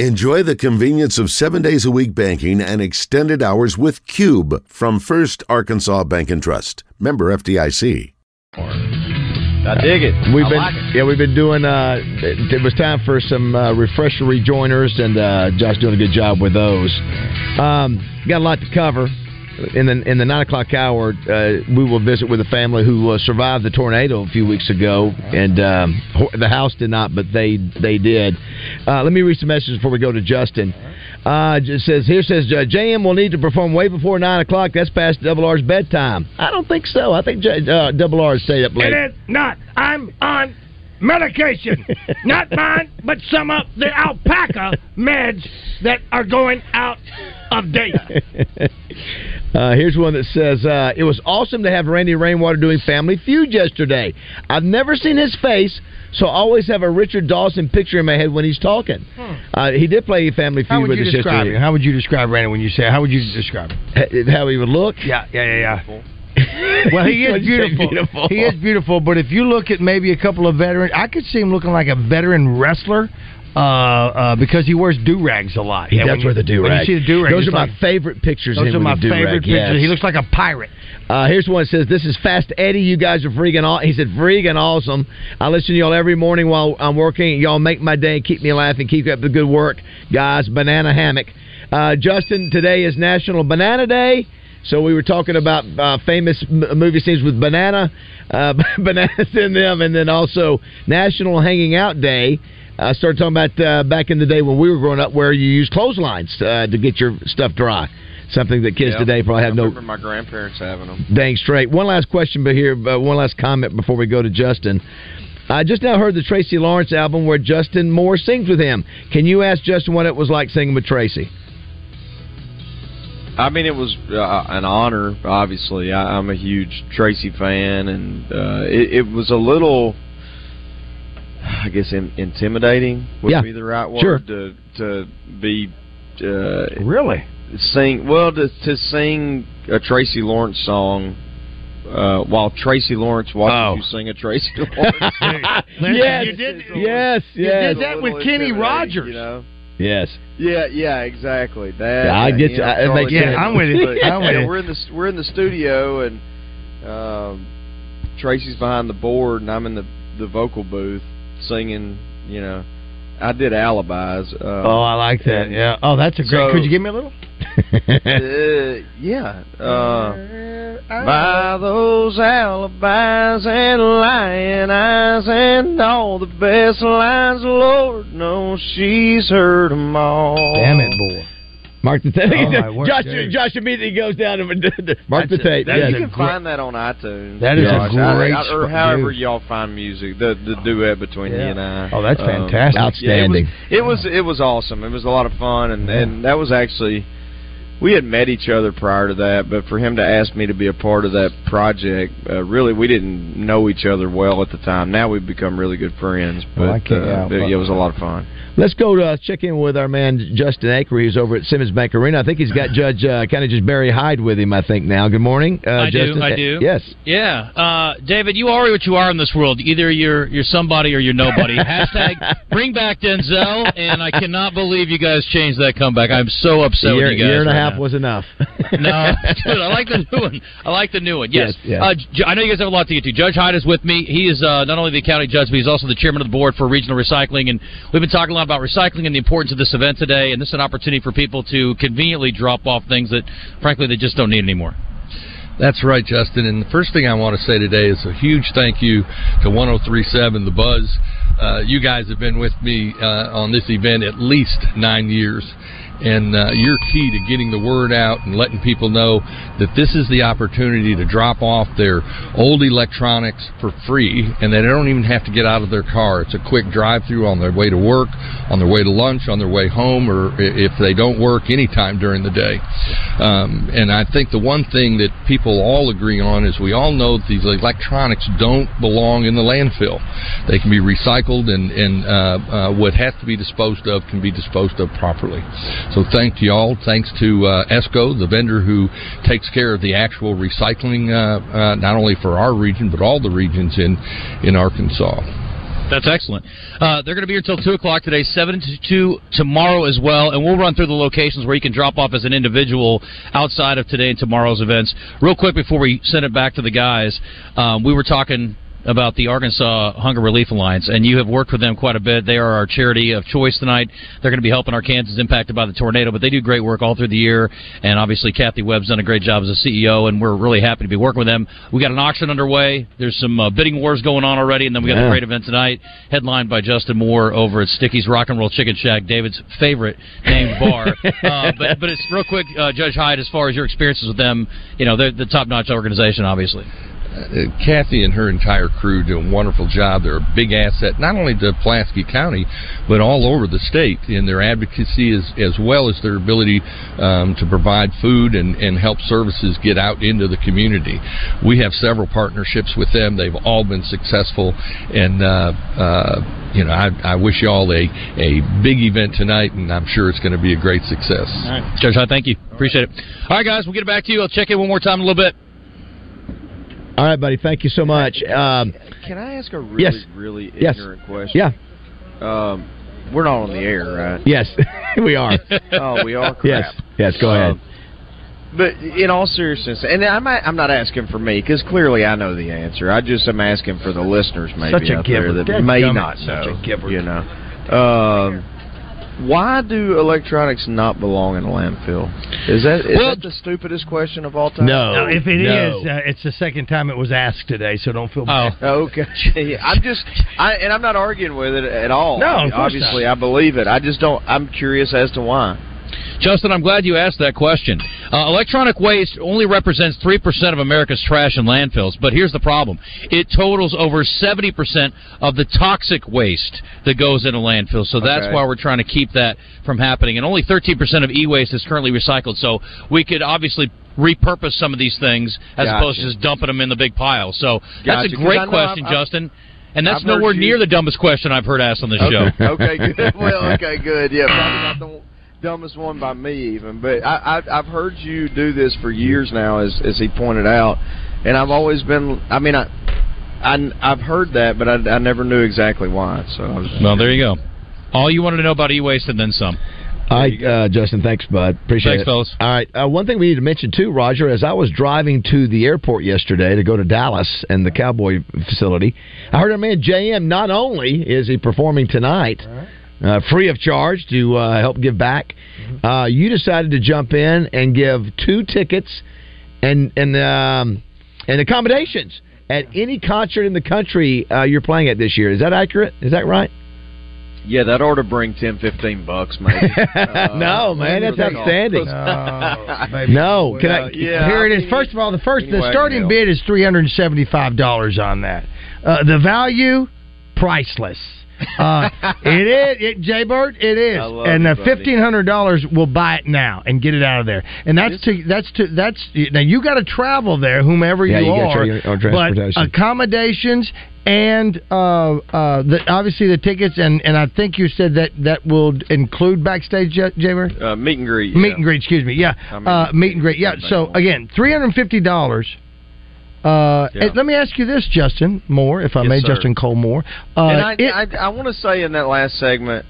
Enjoy the convenience of seven days a week banking and extended hours with Cube from First Arkansas Bank and Trust. Member FDIC. I dig it. We've I been like yeah, we've been doing. Uh, it, it was time for some uh, refresher rejoiners, and uh, Josh doing a good job with those. Um, got a lot to cover. In the in the nine o'clock hour, uh, we will visit with a family who uh, survived the tornado a few weeks ago, and um, ho- the house did not, but they they did. Uh, let me read some messages before we go to Justin. Uh, it says here says uh, JM will need to perform way before nine o'clock. That's past Double R's bedtime. I don't think so. I think J, uh, Double R stayed up late. It is not. I'm on medication. not mine, but some of the alpaca meds that are going out of date. Uh, here's one that says, uh, It was awesome to have Randy Rainwater doing Family Feud yesterday. I've never seen his face, so I always have a Richard Dawson picture in my head when he's talking. Uh, he did play Family Feud Hmm. How would with you us describe yesterday. him? How would you describe Randy when you say? How would you describe him? H- How he would look? Yeah, yeah, yeah, yeah. Well, he What'd is you say, beautiful. beautiful? He is beautiful. But if you look at maybe a couple of veteran, I could see him looking like a veteran wrestler uh, uh, because he wears do rags a lot. He And does when you- wear the do When you rag. see the do rag, Those are my favorite pictures. of Those him are with my the do-rag, favorite yes. pictures. He looks like a pirate. Uh, here's one that says, "This is Fast Eddie. You guys are freaking aw He said, "Freaking awesome. I listen to y'all every morning while I'm working. Y'all make my day, keep me laughing, keep up the good work, guys. Banana hammock. Uh, Justin, today is National Banana Day." So we were talking about uh, famous m- movie scenes with banana, uh, bananas in them, and then also National Hanging Out Day. I started talking about uh, back in the day when we were growing up, where you used clotheslines uh, to get your stuff dry. Something that kids Yeah. today probably I have no remember my grandparents having them. Dang straight. One last question, but here, uh, one last comment before we go to Justin. I just now heard the Tracy Lawrence album where Justin Moore sings with him. Can you ask Justin what it was like singing with Tracy? I mean, it was uh, an honor. Obviously, I, I'm a huge Tracy fan, and uh, it, it was a little, I guess, in, intimidating would Yeah. be the right word Sure. to to be uh, really sing. Well, to to sing a Tracy Lawrence song. Uh, while Tracy Lawrence Oh. watches you sing a Tracy Lawrence song. yes, you did. Yes, you yes. did A that with little Kenny intimidating, Rogers. Yes. Yeah, yeah, exactly. That Yeah, I get you. know, It makes Charlie- sense. Yeah, I'm with you. But, I'm with yeah, you. We're in the we're in the studio, and um, Tracy's behind the board, and I'm in the the vocal booth singing. You know, I did alibis. Uh, Oh, I like that. Yeah. Oh, that's a great. So- could you give me a little? uh, yeah. Uh, by those alibis and lying eyes and all the best lies, Lord knows she's heard 'em all. Damn it, boy. Mark the tape. Oh, my word, Josh, dude. Josh immediately goes down and mark the That's it. tape. That- yes. You can find that on iTunes. That is a Josh. I- great I- or sp- however dude. y'all find music, the the duet between he and I. Oh, that's Um, fantastic. Outstanding. yeah, it, was, it was it was awesome. It was a lot of fun, and and that was actually we had met each other prior to that, but for him to ask me to be a part of that project, uh, really we didn't know each other well at the time. Now we've become really good friends, but Well, I can't- uh, yeah, but yeah, it was a lot of fun. Let's go to uh, check in with our man Justin Akery, who's over at Simmons Bank Arena. I think he's got Judge uh, kind of just Barry Hyde with him. I think now. Good morning, uh, I Justin. do. I do. Yes. Yeah, uh, David, you are what you are in this world. Either you're you're somebody or you're nobody. Hashtag bring back Denzel. And I cannot believe you guys changed that comeback. I'm so upset year, with you guys. year and a right half now. was enough. No, dude, I like the new one. I like the new one. Yes, Yes, yes. Uh, Ju- I know you guys have a lot to get to. Judge Hyde is with me. He is uh, not only the county judge, but he's also the chairman of the board for regional recycling. And we've been talking a lot about recycling and the importance of this event today. And this is an opportunity for people to conveniently drop off things that, frankly, they just don't need anymore. That's right, Justin. And the first thing I want to say today is a huge thank you to 1037 The Buzz. Uh, you guys have been with me uh, on this event at least nine years. And uh, you're key to getting the word out and letting people know that this is the opportunity to drop off their old electronics for free and they don't even have to get out of their car. It's a quick drive through on their way to work, on their way to lunch, on their way home, or i- if they don't work anytime during the day. Um, and I think the one thing that people all agree on is we all know that these electronics don't belong in the landfill. They can be recycled, and, and uh, uh, what has to be disposed of can be disposed of properly. So thank you all. Thanks to uh, ESCO, the vendor who takes care of the actual recycling, uh, uh, not only for our region but all the regions in in Arkansas. That's excellent. Uh, they're going to be here until 2 o'clock today, 7 to 2 tomorrow as well, and we'll run through the locations where you can drop off as an individual outside of today and tomorrow's events. Real quick before we send it back to the guys, um, we were talking about the Arkansas Hunger Relief Alliance, and you have worked with them quite a bit. They are our charity of choice tonight. They're going to be helping Arkansans impacted by the tornado, but they do great work all through the year. And obviously, Kathy Webb's done a great job as a CEO, and we're really happy to be working with them. We got an auction underway. There's some uh, bidding wars going on already, and then we got Yeah. a great event tonight, headlined by Justin Moore over at Sticky's Rock and Roll Chicken Shack, David's favorite named bar. uh, but but it's real quick, uh, Judge Hyde, as far as your experiences with them, you know they're the top notch organization, obviously. Uh, Kathy and her entire crew do a wonderful job. They're a big asset, not only to Pulaski County, but all over the state in their advocacy as, as well as their ability um, to provide food and, and help services get out into the community. We have several partnerships with them. They've all been successful. And, uh, uh, you know, I, I wish you all a, a big event tonight, and I'm sure it's going to be a great success. All right, Judge Hyde, thank you. Appreciate it. All right, guys, we'll get it back to you. I'll check in one more time in a little bit. All right, buddy. Thank you so much. Um, Can I ask a really, Yes. really Yes. ignorant question? yeah. Um, we're not on the air, right? Yes, we are. oh, we are. Crap. Yes. Yes. Go ahead. But in all seriousness, and I'm not, I'm not asking for me because clearly I know the answer. I just am asking for the listeners, maybe Such a out giver. there that Dadgummit, may not such know. a giver. You know, um, why do electronics not belong in a landfill? Is that is Well- that the stupidest question of all time? if it is, uh, it's the second time it was asked today, so don't feel bad. Oh, Okay. Yeah, I'm just, I, and I'm not arguing with it at all. No, I mean, of course obviously I believe it. I just don't. I'm curious as to why. Justin, I'm glad you asked that question. Uh, electronic waste only represents 3% of America's trash and landfills, but here's the problem it totals over 70% of the toxic waste that goes into landfills. So that's Okay. why we're trying to keep that from happening. And only 13% of e waste is currently recycled, so we could obviously repurpose some of these things as Gotcha. opposed to just dumping them in the big pile. So that's Gotcha. a 'Cause I great know question, I've- I've- Justin. And that's I've heard nowhere you- near the dumbest question I've heard asked on the show. okay, good. Well, okay, good. Yeah, probably not the dumbest one by me even. But I, I, I've heard you do this for years now, as as he pointed out, and I've always been. I mean, I, I have heard that, but I, I never knew exactly why. So I was, Well, there you go. All you wanted to know about e-waste and then some. All right, uh, Justin. Thanks, bud. Appreciate Thanks, it. fellas. All right. Uh, one thing we need to mention too, Roger, as I was driving to the airport yesterday to go to Dallas and the Cowboy facility, I heard our man JM. Not only is he performing tonight, uh, free of charge to uh, help give back, Mm-hmm. uh, you decided to jump in and give two tickets and and um, and accommodations at any concert in the country uh, you're playing at this year. Is that accurate? Is that right? yeah, that ought to bring 10, 15 bucks, maybe. Uh, no, man, that's outstanding. Oh, No, can I? Here it is. First of all, the first the Anyway, starting Neil. bid is three hundred and seventy five dollars on that. Uh, the value, priceless. Uh, it is it, Jay Bird. It is, I love and you, uh, buddy. fifteen hundred dollars will buy it now and get it out of there. And that's to that's to that's now you got to travel there, whomever Yeah, you, you gotta are. tra- your but own transportation. accommodations and uh, uh, the, obviously the tickets, and, and I think you said that that will include backstage, Jay Jay Bird. Uh, meet and greet. Meet and greet, excuse me. Yeah. I mean, uh, meet and greet. Yeah. So again, three hundred and fifty dollars. Uh, Yeah. and Let me ask you this, Justin Moore, if I Yes, may, sir. Justin Cole Moore. Uh, and I, I, I want to say in that last segment,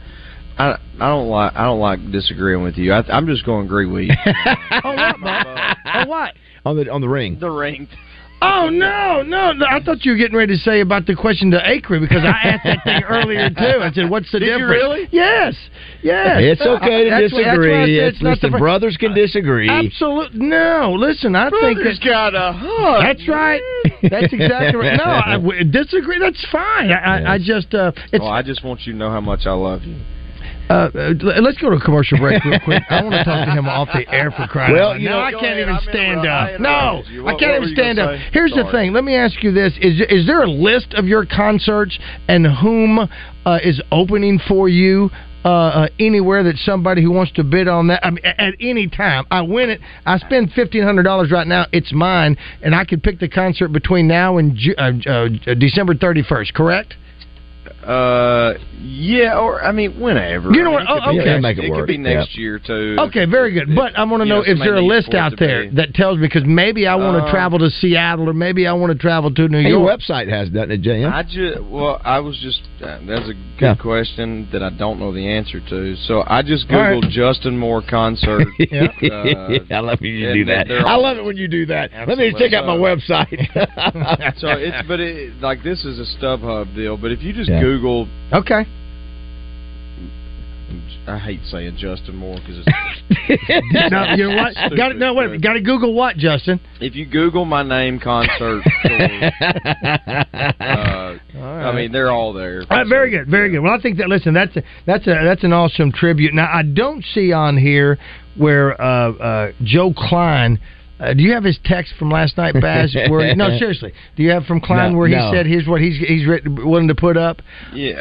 I, I don't like I don't like disagreeing with you. I, I'm just going to agree with you. oh, what? On the on the ring. The ring. Oh no, no, no! I thought you were getting ready to say about the question to Acre because I asked that thing earlier too. I said, "What's the Did you difference?" really? Yes, yes. Uh, It's okay to That's what- that's what I said. disagree. It's It's- not listen, the Uh, fir- brothers can disagree. Absolutely no. Listen, I Brothers think that, got a hug. That's right. That's exactly right. No, I w- disagree. That's fine. I, I, I just uh, it's Well, oh, I just want you to know how much I love you. Uh, uh, l- let's go to a commercial break real quick. I want to talk to him off the air for crying. Well, out loud. you no, know- I Go can't ahead. even I'm stand interrupt- I up. No, interrupted you. I What- can't what even were you gonna stand up. say? Here's the Sorry. thing. Let me ask you this: is is there a list of your concerts and whom uh, is opening for you? Uh, uh, anywhere that somebody who wants to bid on that, I mean, a- at any time, I win it. I spend fifteen hundred dollars right now. It's mine, and I could pick the concert between now and Ju- uh, uh, December thirty first. Correct? Uh, yeah, or I mean, whenever. You know what? I mean, Oh, could be okay. next- Make it it work. could be next year too. Okay, very good. But I want to You know know, if somebody there a needs list for it out to there be. that tells me because maybe I want to Uh, travel to Seattle or maybe I want to travel to New Hey, your York. website has uh, doesn't it, JM? I just well, I was just uh, that's a good Yeah. question that I don't know the answer to. So I just All right. googled Justin Moore concert. Yeah. uh, I love when you and do that that. they're I all- love it when you do that. Let me check out my website. so it's but it, like this is a StubHub deal. But if you just Yeah. Google, Okay. I hate saying Justin Moore because it's no, you know what? Stupid, Got to no, wait. but- Got to Google what, Justin? if you Google my name concert. tour, uh, I mean, they're all there. All right, very good, very good. Well, I think that listen, that's a, that's a that's an awesome tribute. Now, I don't see on here where uh, uh, Joe Klein. Uh, do you have his text from last night, Baz? Where no, seriously, do you have from Klein No, where he no. said here's what he's he's writ- willing to put up? Yeah,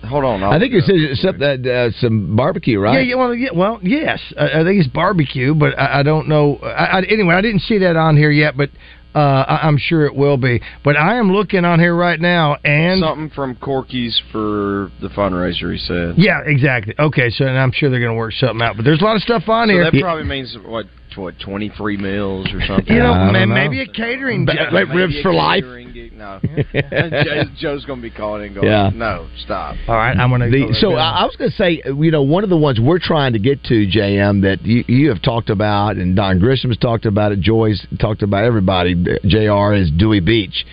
uh, hold on. I'll- I think it says it's up that uh, some barbecue, Yeah, right? yeah, well, yeah, well, yes, I, I think it's barbecue, but I, I don't know. I, I, anyway, I didn't see that on here yet, but uh, I, I'm sure it will be. But I am looking on here right now, and something from Corky's for the fundraiser. He said. yeah, exactly. Okay, so and I'm sure they're going to work something out. But there's a lot of stuff on So here. that probably means what what twenty free meals or something. You know, I don't man, know. maybe a catering. But- job. like Maybe ribs a for life. catering gig- No, Joe- Joe's gonna be calling and going. Yeah. No, stop. All right, I'm gonna. go The, so there. I, I was going to say, you know, one of the ones we're trying to get to, JM, that you, you have talked about, and Don Grisham's talked about it, Joy's talked about, everybody, JR is Dewey Beach.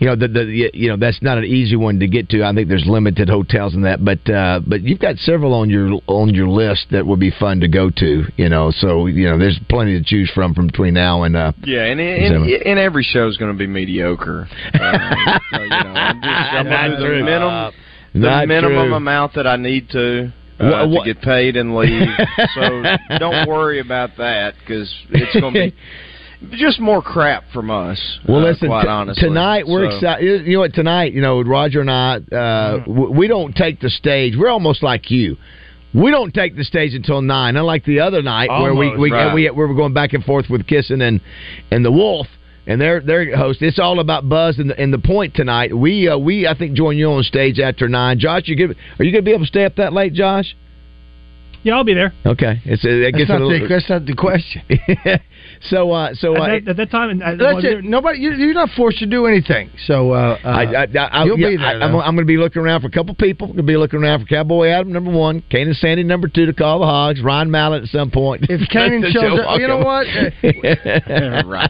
You know, the, the you know that's not an easy one to get to. I think there's limited hotels in that, but uh, but you've got several on your on your list that would be fun to go to. You know, so you know there's plenty to choose from from between now and uh, Yeah, and and, and, and every show's gonna be mediocre. Uh, so, you know, I'm just I'm Not gonna do true. the minimum, the not minimum true. amount that I need to. Uh, Wha- what- to get paid and leave, so don't worry about that because it's going to be just more crap from us. Well, uh, listen. quite t- honestly, tonight we're So- Mm-hmm. excited. You know what? Tonight, you know, Roger and I, uh, w- we don't take the stage. We're almost like you. We don't take the stage until nine, unlike the other night where we Almost, we, right. we we were going back and forth with Kissing and and the Wolf and their their host. It's all about buzz and the, and the point tonight. We uh, we I think join you on stage after nine. Josh, you give are you going to be able to stay up that late, Josh? Yeah, I'll be there. Okay, it's it That's gets not, a the, little. that's not the question. so uh, so uh, At that, at that time, and I, well, That's it. Nobody, you're, you're not forced to do anything. So uh, uh, I, I, I, You'll yeah, be there, I, am though. going to be looking around for a couple people. going to be looking around for Cowboy Adam number one, Kane and Sandy number two to call the Hogs, Ryan Mallett at some point. If Kanan Joe shows up- you know Walker.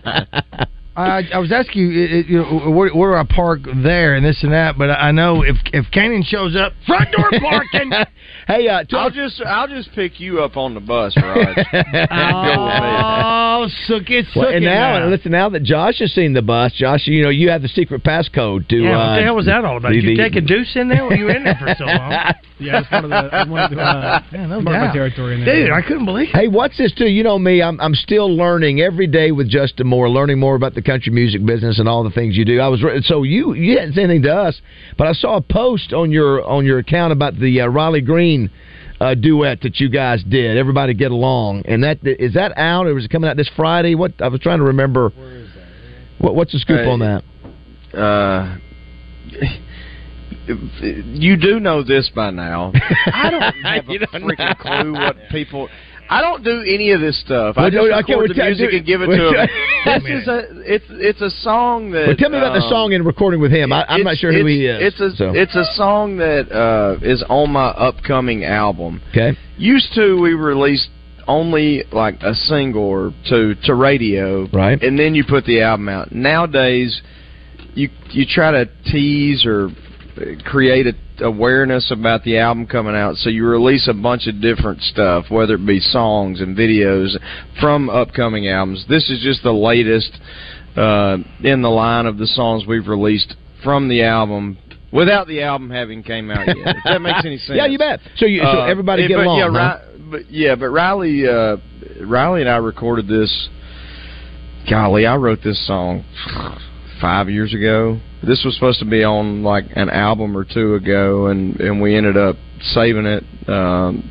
I, I was asking you, it, it, you know, where, where do I park there and this and that, but I know if if Kanan shows up, front door parking. hey, uh, I'll twelve- just I'll just pick you up on the bus, Rod. oh, sook it, sook well, and it now, now. listen, now that Josh has seen the bus, Josh, you know you have the secret passcode to. yeah, what uh, the hell was that all about? the- Did you the- take a deuce in there? Were you in there for so long? yeah, that's part of the. I wanted to uh, Yeah, no mark my doubt. territory in there. Dude, I couldn't believe it. Hey, what's this too? You know me, I'm I'm still learning every day with Justin Moore, learning more about the country music business and all the things you do. I was re- so you you hadn't said anything to us, but I saw a post on your on your account about the uh, Riley Green uh, duet that you guys did. Everybody get along, and that is that out or is it coming out this Friday? What I was trying to remember. What, what's the scoop Hey. on that? Uh, you do know this by now. I don't have You a don't freaking know. clue what people. I don't do any of this stuff. I Well, just no, I can't- record the we're- music do- and give it to we're- them. This is a it's it's a song that. Well, tell me about the um, song and recording with him. I, I'm not it's- sure who it's- he is. It's a so, it's a song that uh, is on my upcoming album. okay. Used to, we released only like a single or two to radio, Right. And then you put the album out. Nowadays, you you try to tease or uh, create a, awareness about the album coming out, so you release a bunch of different stuff, whether it be songs and videos from upcoming albums. This is just the latest uh, in the line of the songs we've released from the album. Without the album having came out yet, if that makes any sense. Yeah, you bet. So you so Uh, everybody eh, get but along. Yeah, huh? Ri- but yeah, but Riley, uh, Riley and I recorded this. Golly, I wrote this song five years ago. This was supposed to be on like an album or two ago, and and we ended up saving it. Um,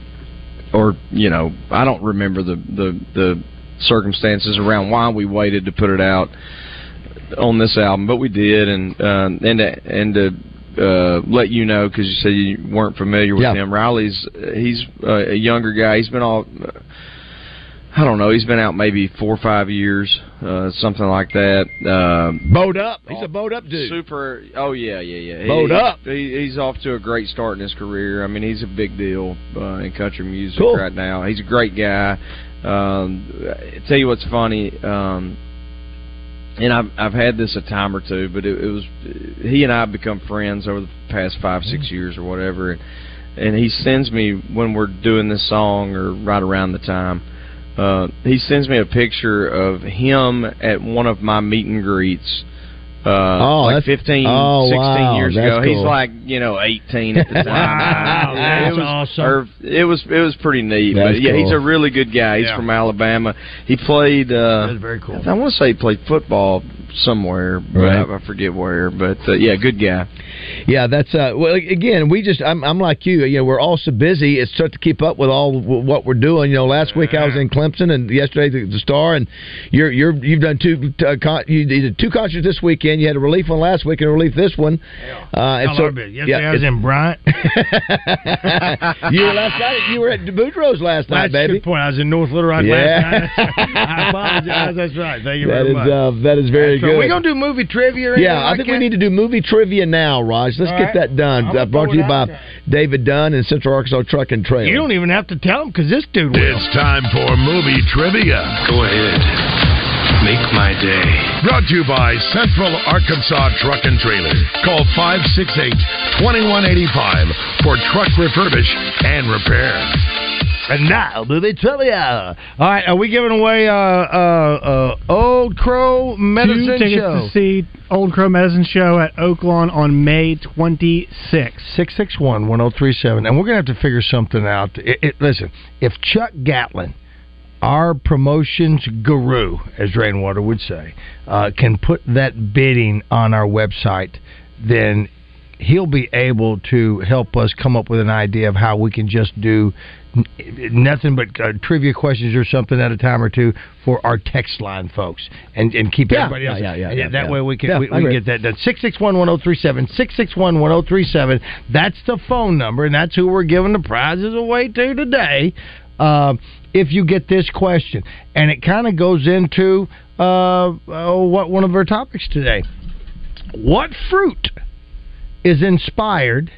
or you know, I don't remember the the the circumstances around why we waited to put it out on this album, but we did, and uh, and to, and to uh, let you know because you said you weren't familiar with Yeah. him. Riley's he's uh, a younger guy. He's been all I don't know. He's been out maybe four or five years, uh, something like that. Um Bowed up. He's a bowed up dude. Super. Oh yeah, yeah, yeah. Bowed He- up. He, he's off to a great start in his career. I mean, he's a big deal uh, in country music Cool. right now. He's a great guy. Um, I tell you what's funny, um, and I've I've had this a time or two, but it, it was he and I have become friends over the past five six Mm-hmm. years or whatever, and and he sends me when we're doing this song or right around the time. Uh, he sends me a picture of him at one of my meet and greets uh, Oh, like that's- 15, oh, 16 wow, years that's ago. He's cool. like, you know, 18 at the time. Wow, Yeah, it that's was, awesome. or- it was it was pretty neat. That's but yeah, he's cool. a really good guy. He's Yeah. from Alabama. He played. Uh, that's very cool. I want to say he played football somewhere, but Right. I, I forget where. But uh, yeah, good guy. Yeah, that's uh. Well, again, we just I'm, I'm like you. You know, we're all so busy. It's tough to keep up with all w- what we're doing. You know, last week I was in Clemson, and yesterday the, the Star, and you're you're you've done two uh, con- you did two concerts this weekend. You had a relief one last week and a relief this one. Uh, and Y'all so are busy. Yesterday I was in Bryant. you were last night. You were at DeBoudreaux's last night, That's a baby. good point. I was in North Little Rock Yeah. last night. I apologize. That's right. Thank you That very is much. uh, that is very so good. we gonna do movie trivia? Or anything Yeah, I like think that? we need to do movie trivia now, Raj. Let's All get right. that done. I'm Uh, brought to you by gonna David Dunn and Central Arkansas Truck and Trailer. You don't even have to tell them because this dude will. It's time for movie trivia. Go ahead. Make my day. Brought to you by Central Arkansas Truck and Trailer. Call 568 2185 for truck refurbish and repair. And now, movie trivia. All right, are we giving away uh, uh, uh, Old Crow Two Medicine tickets Show? to see Old Crow Medicine Show at Oaklawn on May 26th. 661 1037. And we're going to have to figure something out. It, it, listen, if Chuck Gatlin, our promotions guru, as Rainwater would say, uh, can put that bidding on our website, then he'll be able to help us come up with an idea of how we can just do n- nothing but uh, trivia questions or something at a time or two for our text line folks and, and keep Yeah, everybody yeah, else. yeah, yeah, and yeah, that yeah. way we can Yeah, we, I we agree. get that done. 661-1037, 661-1037. That's the phone number and that's who we're giving the prizes away to today. Um, if you get this question, and it kind of goes into uh, oh, what one of our topics today. What fruit is inspired?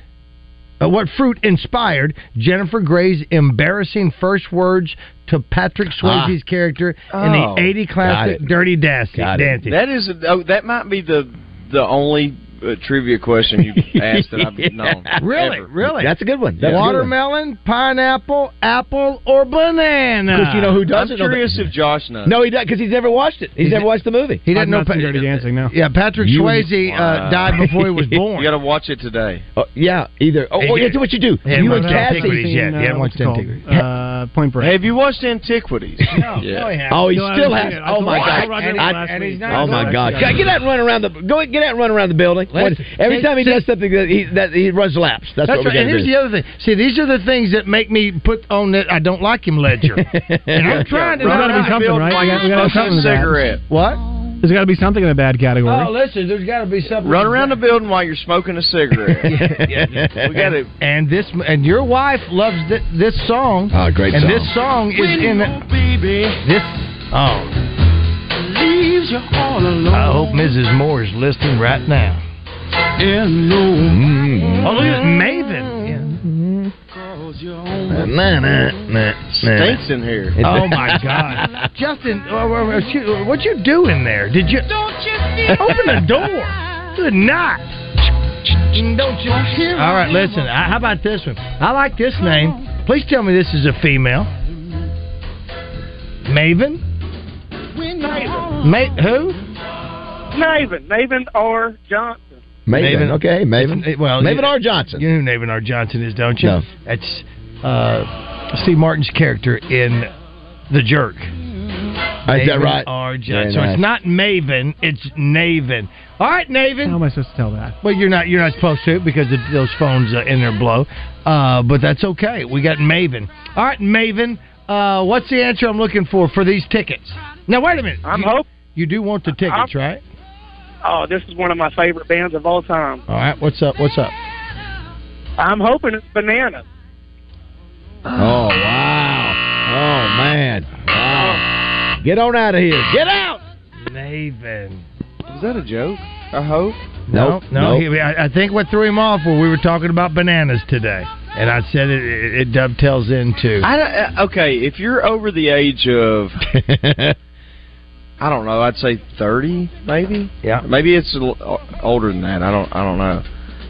Uh, what fruit inspired Jennifer Gray's embarrassing first words to Patrick Swayze's character in Ah. Oh. the 80 classic Got it. Dirty Dancing? Dancing. That is oh, that might be the the only uh, trivia question you've asked that I've known. Really, ever. really. That's a good one. That's a good one. Watermelon, pineapple, apple, or banana. Because you know who doesn't I'm know that- curious if Josh knows. No, he doesn't because he's never watched it. He's, never watched the movie. He didn't know Pa- Yeah, Patrick You- Swayze uh, Wow. died before he was born. You got to watch it today. Oh, yeah, either. Oh, oh, yeah, do what you do. Yeah, you well, and no, Cassie. Antiquities, yeah, yeah, what's watched it called? Antiquities. Uh, Point Break. Have you watched Antiquities? no, no, he hasn't. Oh, he still I haven't has- seen it. oh, my God. I, And- told Roger and last he's week. not Oh my God! God, Get out and run around the go. ahead, Get out and run around the building. Let's- When- every time he does something, that he that he runs laps. That's, what we're right. And gonna here's do. the other thing. See, these are the things that make me put on that I don't like him ledger. and I'm trying to There's not got to be like something, Bill right? We Clinton. got- we got something in that. What? There's got to be something in the bad category. Oh, listen, there's got to be something. Run around the building while you're smoking a cigarette. We got to. And this, and your wife loves th- this song. Oh, Ah, great And song. this song is in this. Oh, leaves you all alone. I hope Mrs. Moore is listening right now. Oh, look at Maven. Mm. Nah, nah, nah, nah. Stinks in here. Oh my God, Justin, uh, uh, excuse- uh, what you doing there? Did you open the door? Good night. Don't you hear? All right, listen. I, how about this one? I like this name. Please tell me this is a female. Maven. Ma- who? Maven, Maven R. Johnson. Maven. Okay, Maven. It- well, Maven you- R. Johnson. You know who Maven R. Johnson is, don't you? No. That's uh, Steve Martin's character in The Jerk. Is that Maven right? R. Very Johnson. So nice. it's not Maven, it's Naven. All right, Naven. How am I supposed to tell that? Well, you're not. You're not supposed to because it, those phones uh, in their blow. Uh, but that's okay. We got Maven. All right, Maven. Uh, what's the answer I'm looking for for these tickets? Now wait a minute. I'm you, hope you do want the tickets, right? Oh, this is one of my favorite bands of all time. All right, what's up? What's up? I'm hoping it's Banana. Oh wow! Oh man! Wow! Get on out of here! Get out! Maven. Is that a joke? I hope. No, Nope, no. nope. he- I, I think what threw him off was we were talking about bananas today, and I said it, it, it dovetails into. I don't, uh, okay, if you're over the age of, I don't know, I'd say thirty, maybe. Yeah. Maybe it's a l- o- older than that. I don't. I don't know.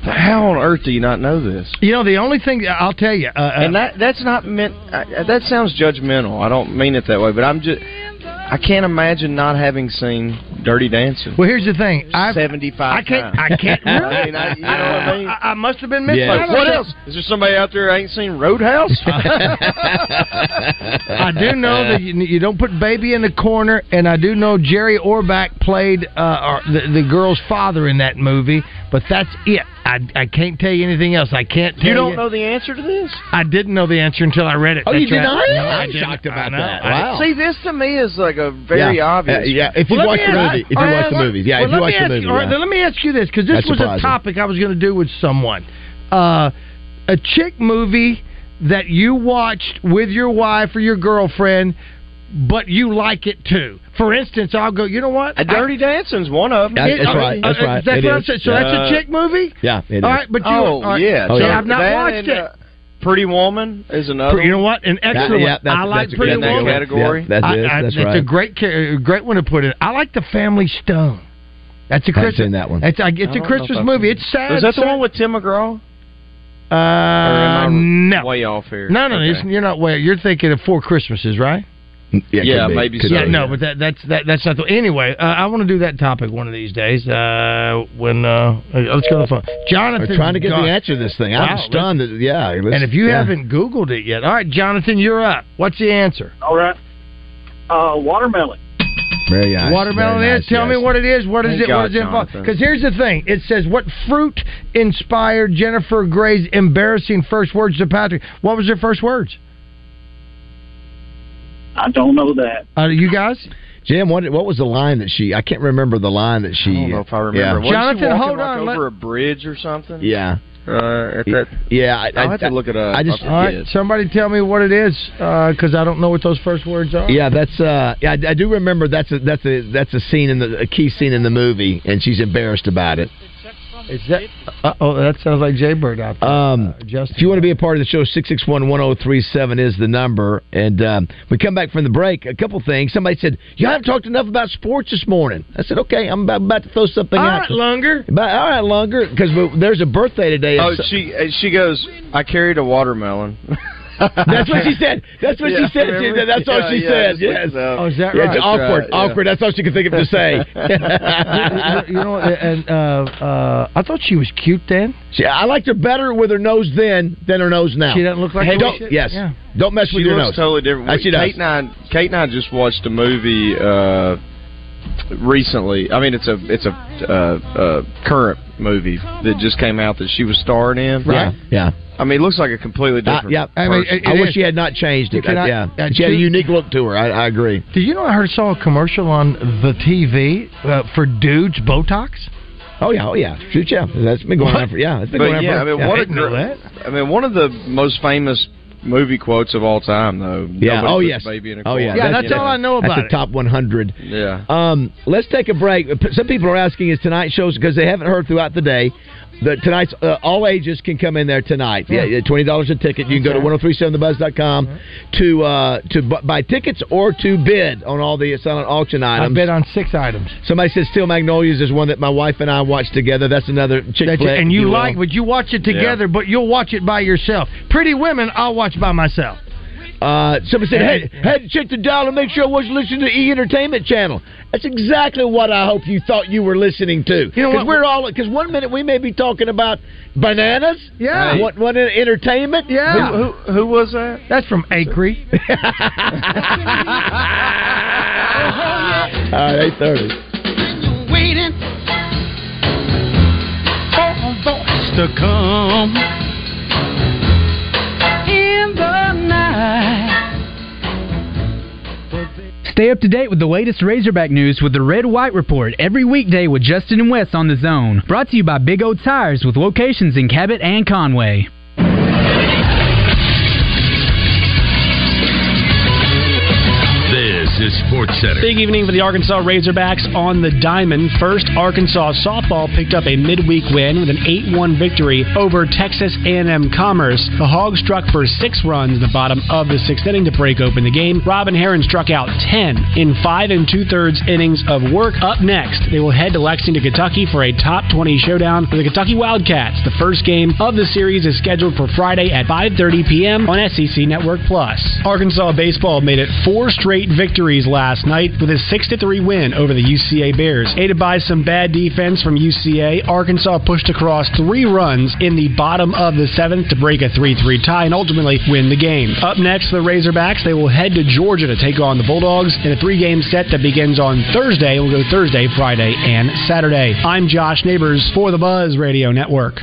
How on earth do you not know this? you know, the only thing I'll tell you, uh, uh, and that that's not meant. Uh, that sounds judgmental. I don't mean it that way, but I'm just. I can't imagine not having seen Dirty Dancing. Well, here's the thing. I've, 75 I can't. times. I can't. I mean, I- you know what I mean? I, I must have been missing. Like, what else? Is there somebody out there that ain't seen Roadhouse? I do know that you, you don't put baby in the corner, and I do know Jerry Orbach played uh, our, the, the girl's father in that movie, but that's it. I, I can't tell you anything else. I can't. Tell You don't know the answer to this? I didn't know the answer until I read it. Oh, you did right. not? No, I I'm didn't. shocked about I know. that. I- Wow. See, this to me is like a very Yeah. obvious. Uh, yeah, if you Well, let watch me the ask- movie, if you all right, watch the well- movies, yeah, well, if let you watch me the ask- movie, All right, yeah. then let me ask you this because this That's was surprising. a topic I was going to do with someone. Uh, a chick movie that you watched with your wife or your girlfriend, but you like it too. For instance, I'll go. You know what? A Uh, Dirty Dancing's one of them. It- uh, uh, That's what I'm saying. So that's a chick movie. Yeah, it is. All right, but you. Uh, Oh, all right. yeah. So Oh, yeah. I've not That watched and, it. uh, Pretty Woman is another. You know what? An That- excellent. yeah, that's- I like that's a Pretty good one. Woman. Category. Yeah, that I- is, I- that's a right. great, ca- uh, great one to put in. I like the Family Stone. That's a Haven't Christmas. seen that one. It's, a- I it's don't a know Christmas if I've movie. seen It's sad. Is that the sad. one with Tim McGraw? Or Uh, am I no. way off here? No, no, no, Okay. it's- you're not. Wait, you're thinking of Four Christmases, right? Yeah, Yeah, could be, maybe could so, Yeah, be. no, but that, that's that, that's not the. Anyway, uh, I want to do that topic one of these days. Uh, when uh, let's go to the phone. Jonathan, We're trying to get Gar- the answer to this thing. Wow, I'm let's- stunned. That, yeah, And if you haven't Googled it yet, all right, Jonathan, you're up. What's the answer? All right. Uh, watermelon. very nice, Watermelon very is. Tell me what it is. What is Thank it? what God, is it involved? Jonathan. Because here's the thing. It says what fruit inspired Jennifer Gray's embarrassing first words to Patrick. What was her first words? I don't know that. Uh, you guys, Jim, what what was the line that she? I can't remember the line that she. I don't know if I Remember, Yeah, wasn't she Jonathan, walking, hold like, on, let- over a bridge or something. yeah. Uh, at that, yeah, I, I'll have to look it up. I just, all right. Somebody tell me what it is, because I don't know what those first words are. Yeah, that's uh, yeah, I, I do remember that's a that's a that's a scene in the a key scene in the movie, and she's embarrassed about it. Is that? Uh oh, that sounds like Jaybird out there. Uh, Um, if you want to be a part of the show, 661-1037 is the number. And um, we come back from the break. A couple things. Somebody said you haven't talked enough about sports this morning. I said, okay, I'm about, about to throw something All out. right, Lunger. But, all right, Lunger, because there's a birthday today. Oh, It's- she uh, she goes. I carried a watermelon. That's what she said. That's what Yeah, she said. remember? That's all Yeah, she yeah, said. just looked Yes. it up. Oh, is that It's right? awkward. That's right, yeah. awkward. That's all she could think of to say. you, you know, what, and uh, uh, I thought she was cute then. She, I liked her better with her nose then than her nose now. She doesn't look like hey, the way don't, she- yes. yeah. Don't mess She with your nose. looks totally different. Uh, she does. Kate and I, Kate and I just watched a movie uh, recently. I mean, it's a it's a uh, uh, current movie that just came out that she was starring in. Yeah, yeah. I mean, it looks like a completely Uh, different. yeah, I, person. mean, I wish she had not changed You it. cannot- yeah, uh, she had a two- unique look to her. I, I agree. Did you know I heard saw a commercial on the TV uh, for dudes Botox? Oh yeah, oh yeah, shoot yeah. That's been going on for yeah. It's been But going on yeah, I for mean, yeah. what a gr- I mean, one of the most famous movie quotes of all time, though. Yeah. Nobody Oh puts yes. a Baby in a oh corner. yeah. that's it. The top 100. Yeah. Um, let's take a break. Some people are asking is tonight shows because they haven't heard throughout the day. The tonight's uh, all ages can come in there tonight. Yeah, Mm-hmm. yeah, twenty dollars a ticket. You can go to 1037thebuzz.com to uh, to bu- buy tickets or to bid on all the uh, silent auction I items. bet on six items. Somebody said Steel Magnolias is one that my wife and I watched together. That's another chick That's it. flick, and you, will. like, but you watch it together, but you'll watch it by yourself. Pretty Women, I'll watch by myself. Uh, somebody said, hey, had to check the dial and make sure I wasn't listening to E Entertainment Channel. That's exactly what I hope you thought you were listening to. You know what? we're all because one minute we may be talking about bananas. Uh, Yeah. Right. One, one in entertainment. Yeah. Who- who was that? That's from Acree. All right, eight thirty. waiting for a voice to come in the night. Stay up to date with the latest Razorback news with the Red White Report every weekday with Justin and Wes on the Zone. Brought to you by Big O Tires with locations in Cabot and Conway. This is Sports Center. Big evening for the Arkansas Razorbacks on the diamond. First, Arkansas softball picked up a midweek win with an 8-1 victory over Texas A&M Commerce. The Hogs struck for six runs in the bottom of the sixth inning to break open the game. Robin Heron struck out 10 in five and two-thirds innings of work. Up next, they will head to Lexington, Kentucky for a top 20 showdown for the Kentucky Wildcats. The first game of the series is scheduled for Friday at 5:30 p.m. on SEC Network Plus. Arkansas baseball made it four straight victories last night with a 6-3 win over the UCA Bears. Aided by some bad defense from UCA, Arkansas pushed across three runs in the bottom of the seventh to break a 3-3 tie and ultimately win the game. Up next, the Razorbacks they will head to Georgia to take on the Bulldogs in a three-game set that begins on Thursday and will go Thursday, Friday, and Saturday. I'm Josh Neighbors for the Buzz Radio Network.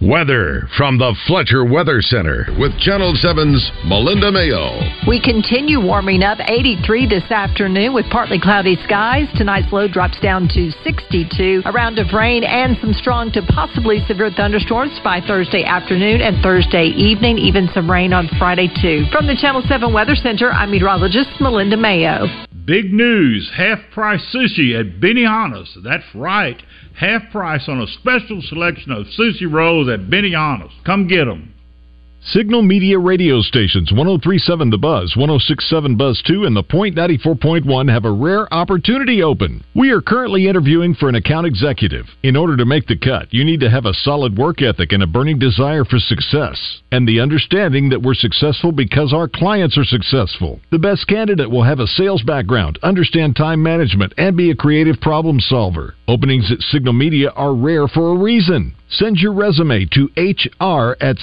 Weather from the Fletcher Weather Center with Channel 7's Melinda Mayo. We continue warming up 83 this afternoon with partly cloudy skies. Tonight's low drops down to 62. A round of rain and some strong to possibly severe thunderstorms by Thursday afternoon and Thursday evening, even some rain on Friday too. From the Channel 7 Weather Center, I'm meteorologist Melinda Mayo. Big news half price sushi at Benihana's. That's right, half price on a special selection of sushi rolls at Benihana's. Come get 'em. Signal Media radio stations 1037 The Buzz, 1067 Buzz 2, and The Point 94.1 have a rare opportunity open. We are currently interviewing for an account executive. In order to make the cut, you need to have a solid work ethic and a burning desire for success, and the understanding that we're successful because our clients are successful. The best candidate will have a sales background, understand time management, and be a creative problem solver. Openings at Signal Media are rare for a reason. Send your resume to hr at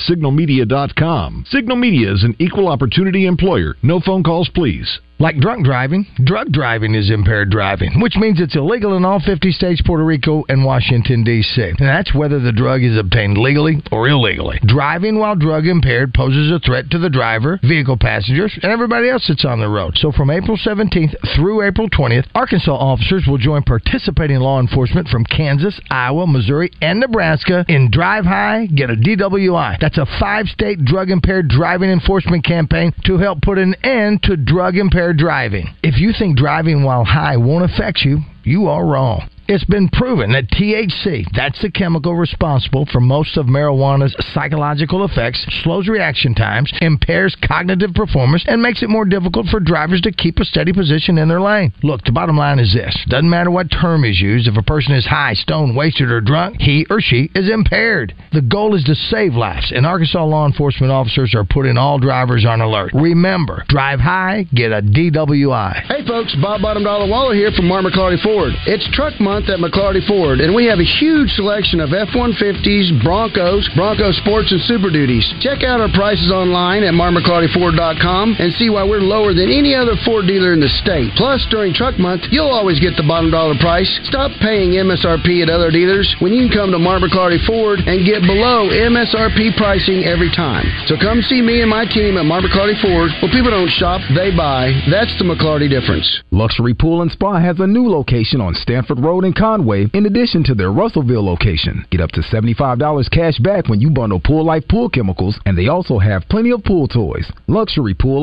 signalmedia.com. Signal Media is an equal opportunity employer. No phone calls, please. Like drunk driving, drug driving is impaired driving, which means it's illegal in all 50 states, Puerto Rico, and Washington, D.C. And that's whether the drug is obtained legally or illegally. Driving while drug impaired poses a threat to the driver, vehicle passengers, and everybody else that's on the road. So from April 17th through April 20th, Arkansas officers will join participating law enforcement from Kansas, Iowa, Missouri, and Nebraska in Drive High, Get a DWI. That's a five state drug impaired driving enforcement campaign to help put an end to drug impaired driving. If you think driving while high won't affect you, you are wrong. It's been proven that THC, that's the chemical responsible for most of marijuana's psychological effects, slows reaction times, impairs cognitive performance, and makes it more difficult for drivers to keep a steady position in their lane. Look, the bottom line is this doesn't matter what term is used, if a person is high, stoned, wasted, or drunk, he or she is impaired. The goal is to save lives, and Arkansas law enforcement officers are putting all drivers on alert. Remember, drive high, get a DWI. Hey folks, Bob Bottom Dollar Waller here from Mark McClarty Ford. It's truck month at McClarty Ford, and we have a huge selection of F 150s, Broncos, Bronco Sports, and Super Duties. Check out our prices online at marmclartyford.com and see why we're lower than any other Ford dealer in the state. Plus, during truck month, you'll always get the bottom dollar price. Stop paying MSRP at other dealers when you can come to Mar McClarty Ford and get below MSRP pricing every time. So come see me and my team at Mar McClarty Ford, where people don't shop, they buy. That's the McClarty difference. Luxury Pool and Spa has a new location on Stanford Road in Conway, in addition to their Russellville location. Get up to $75 cash back when you bundle Pool Life Pool Chemicals, and they also have plenty of pool toys.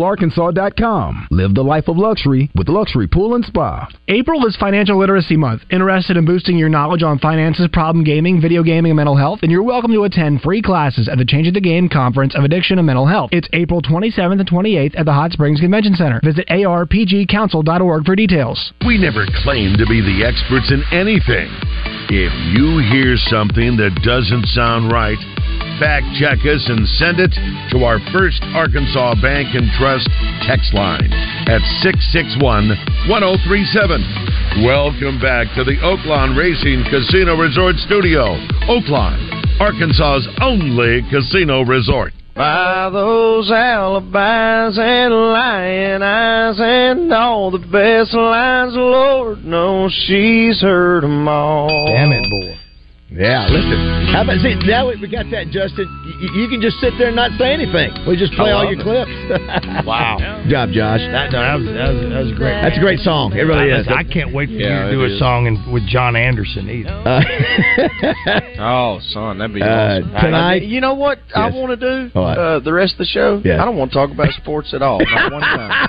LuxuryPoolArkansas.com. Live the life of luxury with Luxury Pool and Spa. April is Financial Literacy Month. Interested in boosting your knowledge on finances, problem gaming, video gaming, and mental health? Then you're welcome to attend free classes at the Change of the Game Conference of Addiction and Mental Health. It's April 27th and 28th at the Hot Springs Convention Center. Visit arpgcouncil.org for details. We never claim to be the experts in anything. If you hear something that doesn't sound right, fact check us and send it to our First Arkansas Bank and Trust text line at 661 1037. Welcome back to the Oaklawn Racing Casino Resort Studio, Oaklawn, Arkansas's only casino resort. By those alibis and lying eyes and all the best lines, Lord knows she's heard 'em all. Damn it, boy. Yeah, listen. How about see now we we got that, Justin? You, you can just sit there and not say anything. We just play Oh, I all love your it. clips. Wow. Good job, Josh. That, no, that was, that, was, that was great. That's a great song. It really I, is. I can't wait for Yeah, you to do it a is. song in, with John Anderson either. Oh, son, that'd be Uh, awesome. tonight- you know what I Yes. want to do What? uh, the rest of the show? Yes. I don't want to talk about sports at all. Not one time.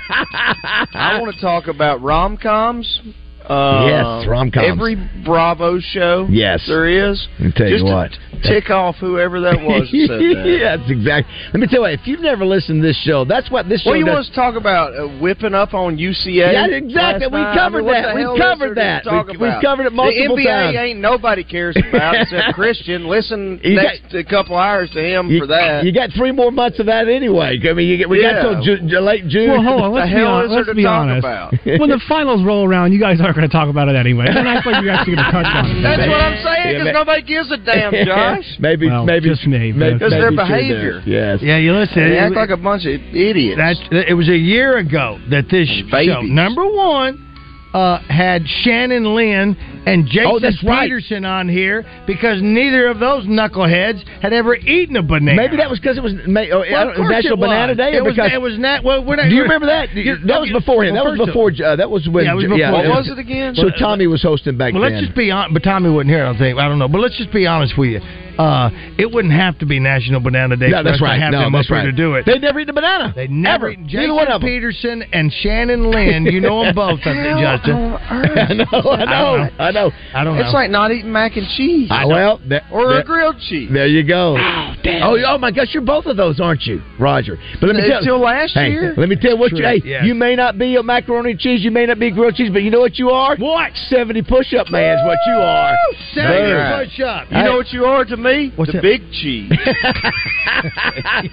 I want to talk about rom coms. Uh, Yes, rom-coms. Every Bravo show, Yes. there is. I'll tell you Just what. To tick off whoever that was. That said that. yeah, that's exactly. Let me tell you, what, if you've never listened to this show, that's what this show Well, you does. want us to talk about uh, whipping up on UCA? Yeah, exactly. last We night? covered I mean, what that. the We hell is covered there that. to talk We- about? we've covered it multiple the NBA times. ain't nobody cares about except Christian. Listen, You next a couple hours to him you, for that. you got three more months of that anyway. I mean, you get, we Yeah. got till Ju- Ju- late June. Well, hold on. Let's be honest. Let's be honest. when the finals roll around, you guys aren't going to talk about it anyway. Don't act like you're actually going to touch on it. That's what I'm saying because Yeah, nobody gives a damn, Josh. maybe, Well, maybe just me, but- maybe- Because their maybe she behavior. does. Yes. Yeah, you listen. They it- act like a bunch of idiots. That it was a year ago that this show babies. number one uh, had Shannon Lynn and Jason Oh, that's right. Peterson on here because neither of those knuckleheads had ever eaten a banana. Maybe that was because it was ma- oh, I Well, don't- of course National it was. Banana Day. or It was. because- It was not. Well, we're not Do you remember that? You- that was before him. Well, that was first of- before. Uh, that was when. Yeah, it was before- What was it again? So Tommy was hosting back Well, then. let's just be honest. But Tommy wasn't here. I don't think. I don't know. But let's just be honest with you. Uh, it wouldn't have to be National Banana Day. No, for that's us to right. have No, them that's up here right. To do it, They never eat a banana. They never. Ever. eaten- Neither Jason one of 'em. Peterson and Shannon Lynn. You know them both, I think, How Justin. on I know. I know. I know. I don't know. It's like not eating mac and cheese. Ah, well, that- or a that- grilled cheese. There you go. damn. Oh, oh my gosh, you're both of those, aren't you, Roger? But let me tell Until last Hey, year? Let me tell you what you. True, Hey, yes. you may not be a macaroni and cheese, you may not be grilled cheese, but you know what you are? What? Seventy push-up man's what you are. There. push-up. You know what you are to me? the big cheese.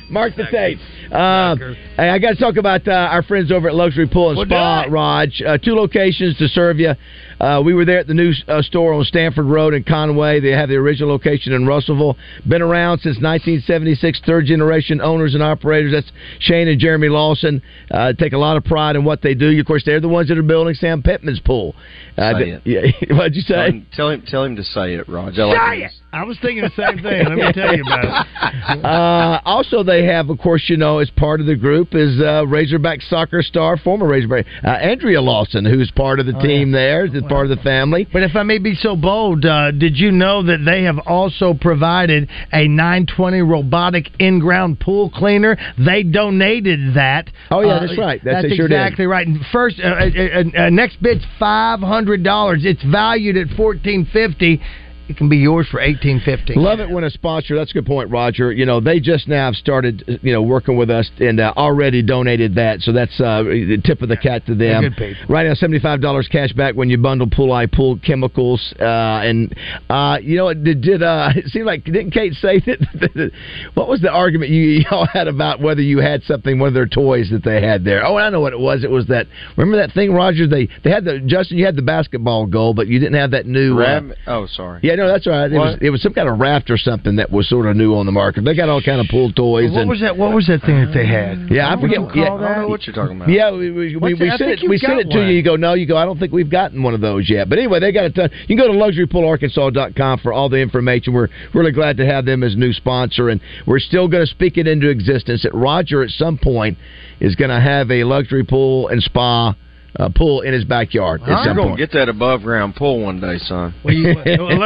Mark the tape. Um, hey, I got to talk about uh, our friends over at Luxury Pool and Spa, Raj. Uh, two locations to serve you. Uh, we were there at the new uh, store on Stanford Road in Conway. They have the original location in Russellville. Been around since 1976, third generation owners and operators. That's Shane and Jeremy Lawson. Uh, take a lot of pride in what they do. Of course, they're the ones that are building Sam Pittman's pool. Uh, Say it. yeah, what'd you Tell say? him, tell him, tell him to say it, Raj. I like Say it. I was thinking the same thing. Let me tell you about it. uh, also, they have, of course, you know, as part of the group is uh, Razorback soccer star, former Razorback uh, Andrea Lawson, who's part of the team there, is part of the family. But if I may be so bold, uh, did you know that they have also provided a 920 robotic in-ground pool cleaner? They donated that. Uh, Oh, yeah, that's right. That's- That's, they sure did. exactly right. And first, uh, uh, uh, uh, next bid's five hundred dollars. It's valued at fourteen fifty. It can be yours for eighteen fifty. Love it when a sponsor. That's a good point, Roger. You know, they just now have started, you know, working with us and uh, already donated that. So that's uh, the tip of the cat to them. They're good people. Right now, seventy-five dollars cash back when you bundle pool eye pool chemicals, uh, and uh, you know it did. did uh, it seemed like didn't Kate say that, that- that- What was the argument you all had about whether you had something, one of their toys that they had there? Oh, I know what it was. It was that. Remember that thing, Roger? They they had the Justin. You had the basketball goal, but you didn't have that new. uh, Rab- oh, sorry. yeah, no, that's all right. It was, What? it was some kind of raft or something that was sort of new on the market. They got all kind of pool toys. What and, was that? What was that thing that they had? Yeah, I forget. Yeah, I don't know what you're talking about. yeah, we, we, we, What's we that? I sent think it, you we sent got it to one. you. You go, no, you go, I don't think we've gotten one of those yet. But anyway, they got a ton. You can go to luxurypoolarkansas.com for all the information. We're really glad to have them as new sponsor, and we're still going to speak it into existence that Roger at some point is going to have a luxury pool and spa uh, pool in his backyard at You're some gonna point. get that above ground pool one day, son. Well, let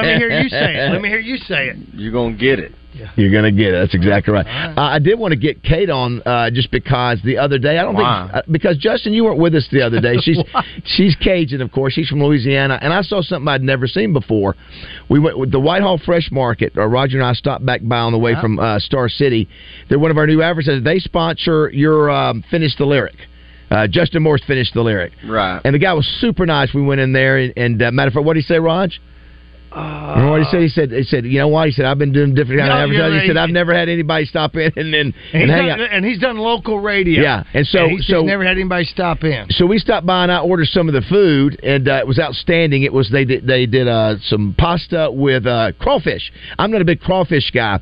me hear you say it. Let me hear you say it. You're gonna get it. You're gonna get it. That's exactly right. Uh, I did want to get Kate on uh, just because the other day I don't Why? think uh, because Justin you weren't with us the other day. She's she's Cajun, of course. She's from Louisiana, and I saw something I'd never seen before. We went with the Whitehall Fresh Market. Uh, Roger and I stopped back by on the way Yeah. from uh, Star City. They're one of our new advertisers. They sponsor your um, finish the lyric. Uh, Justin Morse finished the lyric, Right. and the guy was super nice. We went in there, and, and uh, matter of fact, what did he say, Raj? Remember what he said? He said, he said, you know what? He said, I've been doing different kind Uh, No, of you're advertising. He right. said, I've never had anybody stop in and and, And and he's, hang done, out. and he's done local radio. Yeah, and so- he's so- never had anybody stop in. So we stopped by and I ordered some of the food, and uh, it was outstanding. It was they did, they did uh, some pasta with uh, crawfish. I'm not a big crawfish guy,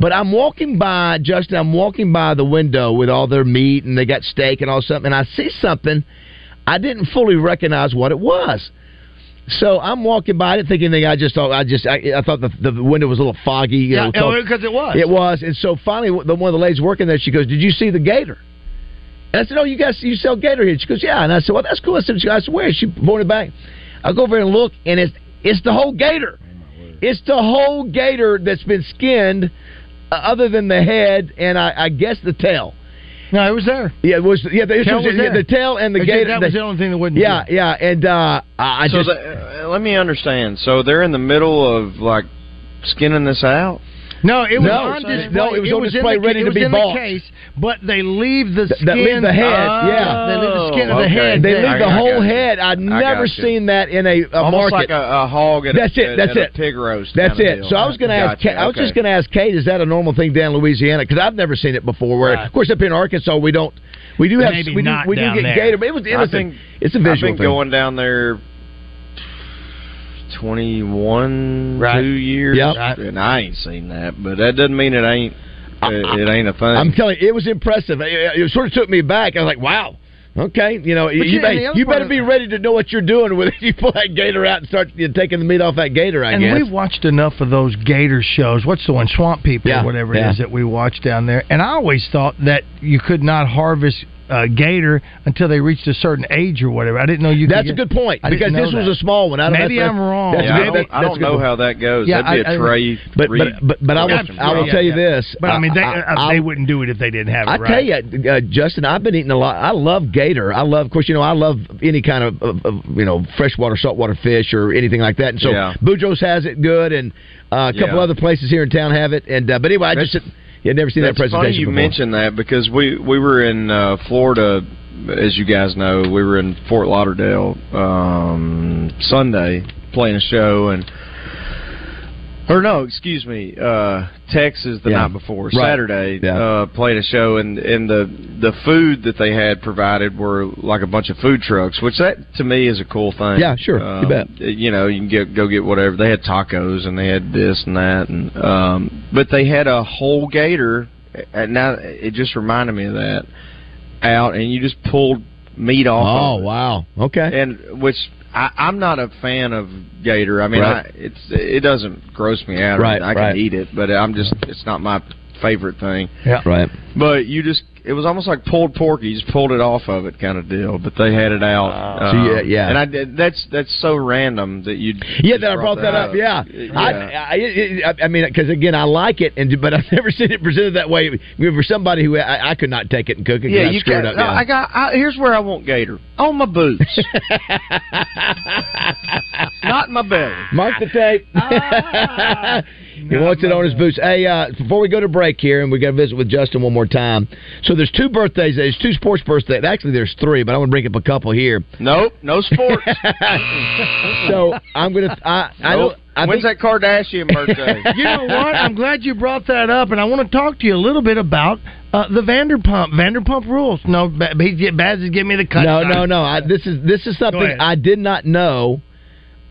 but I'm walking by Justin. I'm walking by the window with all their meat, and they got steak and all something. And I see something I didn't fully recognize what it was. So I'm walking by it thinking that I just thought I just I, I thought the, the window was a little foggy. You Yeah, know, oh, thought- 'cause it was. uh, It was, and so finally, the one of the ladies working there, she goes, "Did you see the gator?" And I said, "Oh, you guys, you sell gator here?" She goes, "Yeah." And I said, "Well, that's cool." I said, "I swear." She pointed back. I go over and look, and it's it's the whole gator. It's the whole gator that's been skinned, uh, other than the head and I, I guess the tail. No, it was there. Yeah, it was. Yeah, the, it Tail was- was yeah, there. the tail and the It's just- gator. that was the only thing that wouldn't Yeah, yeah, and uh, I I so just. the, uh, let me understand. So they're in the middle of like skinning this out. No, it was No, on so- display. no, it was on in display the, ready it to was be in bought. The case, but they leave the skin. That leave the head, yeah. They leave the skin of the Oh, Okay. head. They there. leave the whole head. I've never gotcha. seen that in a, a Almost like market. a, a hog at that's a, it. That's at a it. pig roast. That's kinda it. deal. So I was going to ask. Gotcha, Kate, I was okay. just going to ask Kate, is that a normal thing down in Louisiana? Because I've never seen it before. Where of course up here in Arkansas we don't. We do have. Maybe we do, not we do down get there. gator, but it was. It I was a- think- it's a I've visual been thing. going down there twenty one Right. two years, Yep. and I ain't seen that. But that doesn't mean it ain't it, it ain't a thing. I'm telling you, it was impressive. It, it sort of took me back. I was like, wow. Okay, you know, you, you- and the may, other you part better of- be ready to know what you're doing when you pull that gator out and start you know, taking the meat off that gator. I and guess. we've watched enough of those gator shows. What's the one, Swamp People or whatever yeah. it is that we watch down there? And I always thought that you could not harvest uh, gator until they reached a certain age or whatever. I didn't know you. That's could a good point I didn't because know this was that. a small one. I don't Maybe know if I'm that- wrong. That's yeah, a I good- don't, that- I don't that's a good know point. how that goes. Yeah, That'd be I- a I- Trey. But, but, Reed but, but I will, question. I will Yeah, tell you yeah. this. But I mean, they, I, uh, I- they wouldn't do it if they didn't have it. I right. tell you, uh, Justin, I've been eating a lot. I love gator. I love, of course, you know, I love any kind of, of, of you know freshwater, saltwater fish or anything like that. And so, Yeah. Boudreaux's has it good, and uh, a couple Yeah. other places here in town have it. And uh, but anyway, I just yeah, never seen that That's presentation Funny you before. mentioned that because we we were in uh, Florida, as you guys know, we were in Fort Lauderdale um, Sunday playing a show and. Or no, excuse me, uh, Texas the Yeah. night before Right. Saturday uh, played a show and and the the food that they had provided were like a bunch of food trucks, which that to me is a cool thing. Yeah, sure. You Um, bet. You know, you can get go get whatever. They had tacos and they had this and that and um, but they had a whole gator. And now it just reminded me of that out, and you just pulled meat off. Oh, of it. wow, okay. And which I, I'm not a fan of gator. I mean, Right. I, it's it doesn't gross me out. or Right, anything. I can right. eat it, but I'm just it's not my favorite thing. Yeah, right. But you just it was almost like pulled pork. You just pulled it off of it, kind of deal. But they had it out. So, Um, yeah, yeah. And I did, that's that's so random that you Yeah, that I brought that up. Yeah, I, I, I- I mean, because again, I like it, and but I've never seen it presented that way. I mean, for somebody who I, I could not take it and cook it, 'cause Yeah, I'd you screw it got. up. no, yeah. I got. I, here's where I want Gator on my boots, not my belly. Mark the tape. Ah. he wants it on his boots. Hey, uh, before we go to break here, and we got to visit with Justin one more time. So there's two birthdays. There's two sports birthdays. Actually, there's three, but I'm gonna bring up a couple here. Nope, no sports. So I'm gonna. I, I Nope. don't. I When's think- that Kardashian birthday? you know what? I'm glad you brought that up, and I want to talk to you a little bit about uh, the Vanderpump Vanderpump Rules. No, Ba- he's get- Babs is giving me the cut. No, no, no. I, this is this is something ahead. I did not know.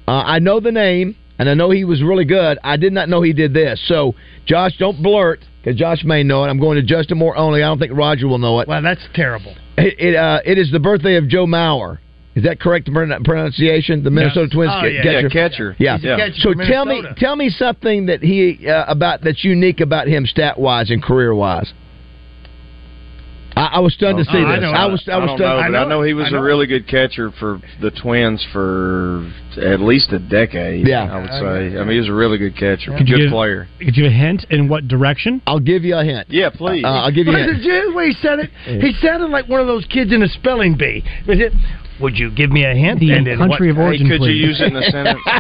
Uh, I know the name, and I know he was really good. I did not know he did this. So, Josh, don't blurt because Josh may know it. I'm going to Justin Moore only. I don't think Roger will know it. Wow, that's terrible. It it, uh, it is the birthday of Joe Mauer. Is that correct pron- pronunciation? The Minnesota Twins Oh, ca- yeah. catcher. Yeah, catcher. Yeah. He's a catcher So for tell me, Minnesota. tell me something that he uh, about that's unique about him stat wise and career wise. I, I was Oh, stunned to see this. I, was I was don't stunned. know, but I know he was a really good catcher for the Twins for at least a decade. Yeah. I would say. I mean, he was a really good catcher, Could you good give- player. Give you a hint in what direction? I'll give you a hint. Yeah, please. Uh, I'll give you a hint. Did you hear the way he said it? He sounded like one of those kids in a spelling bee. Is it- Would you give me a hint? The And in country what- of origin, Hey, could you please. use it in a sentence? All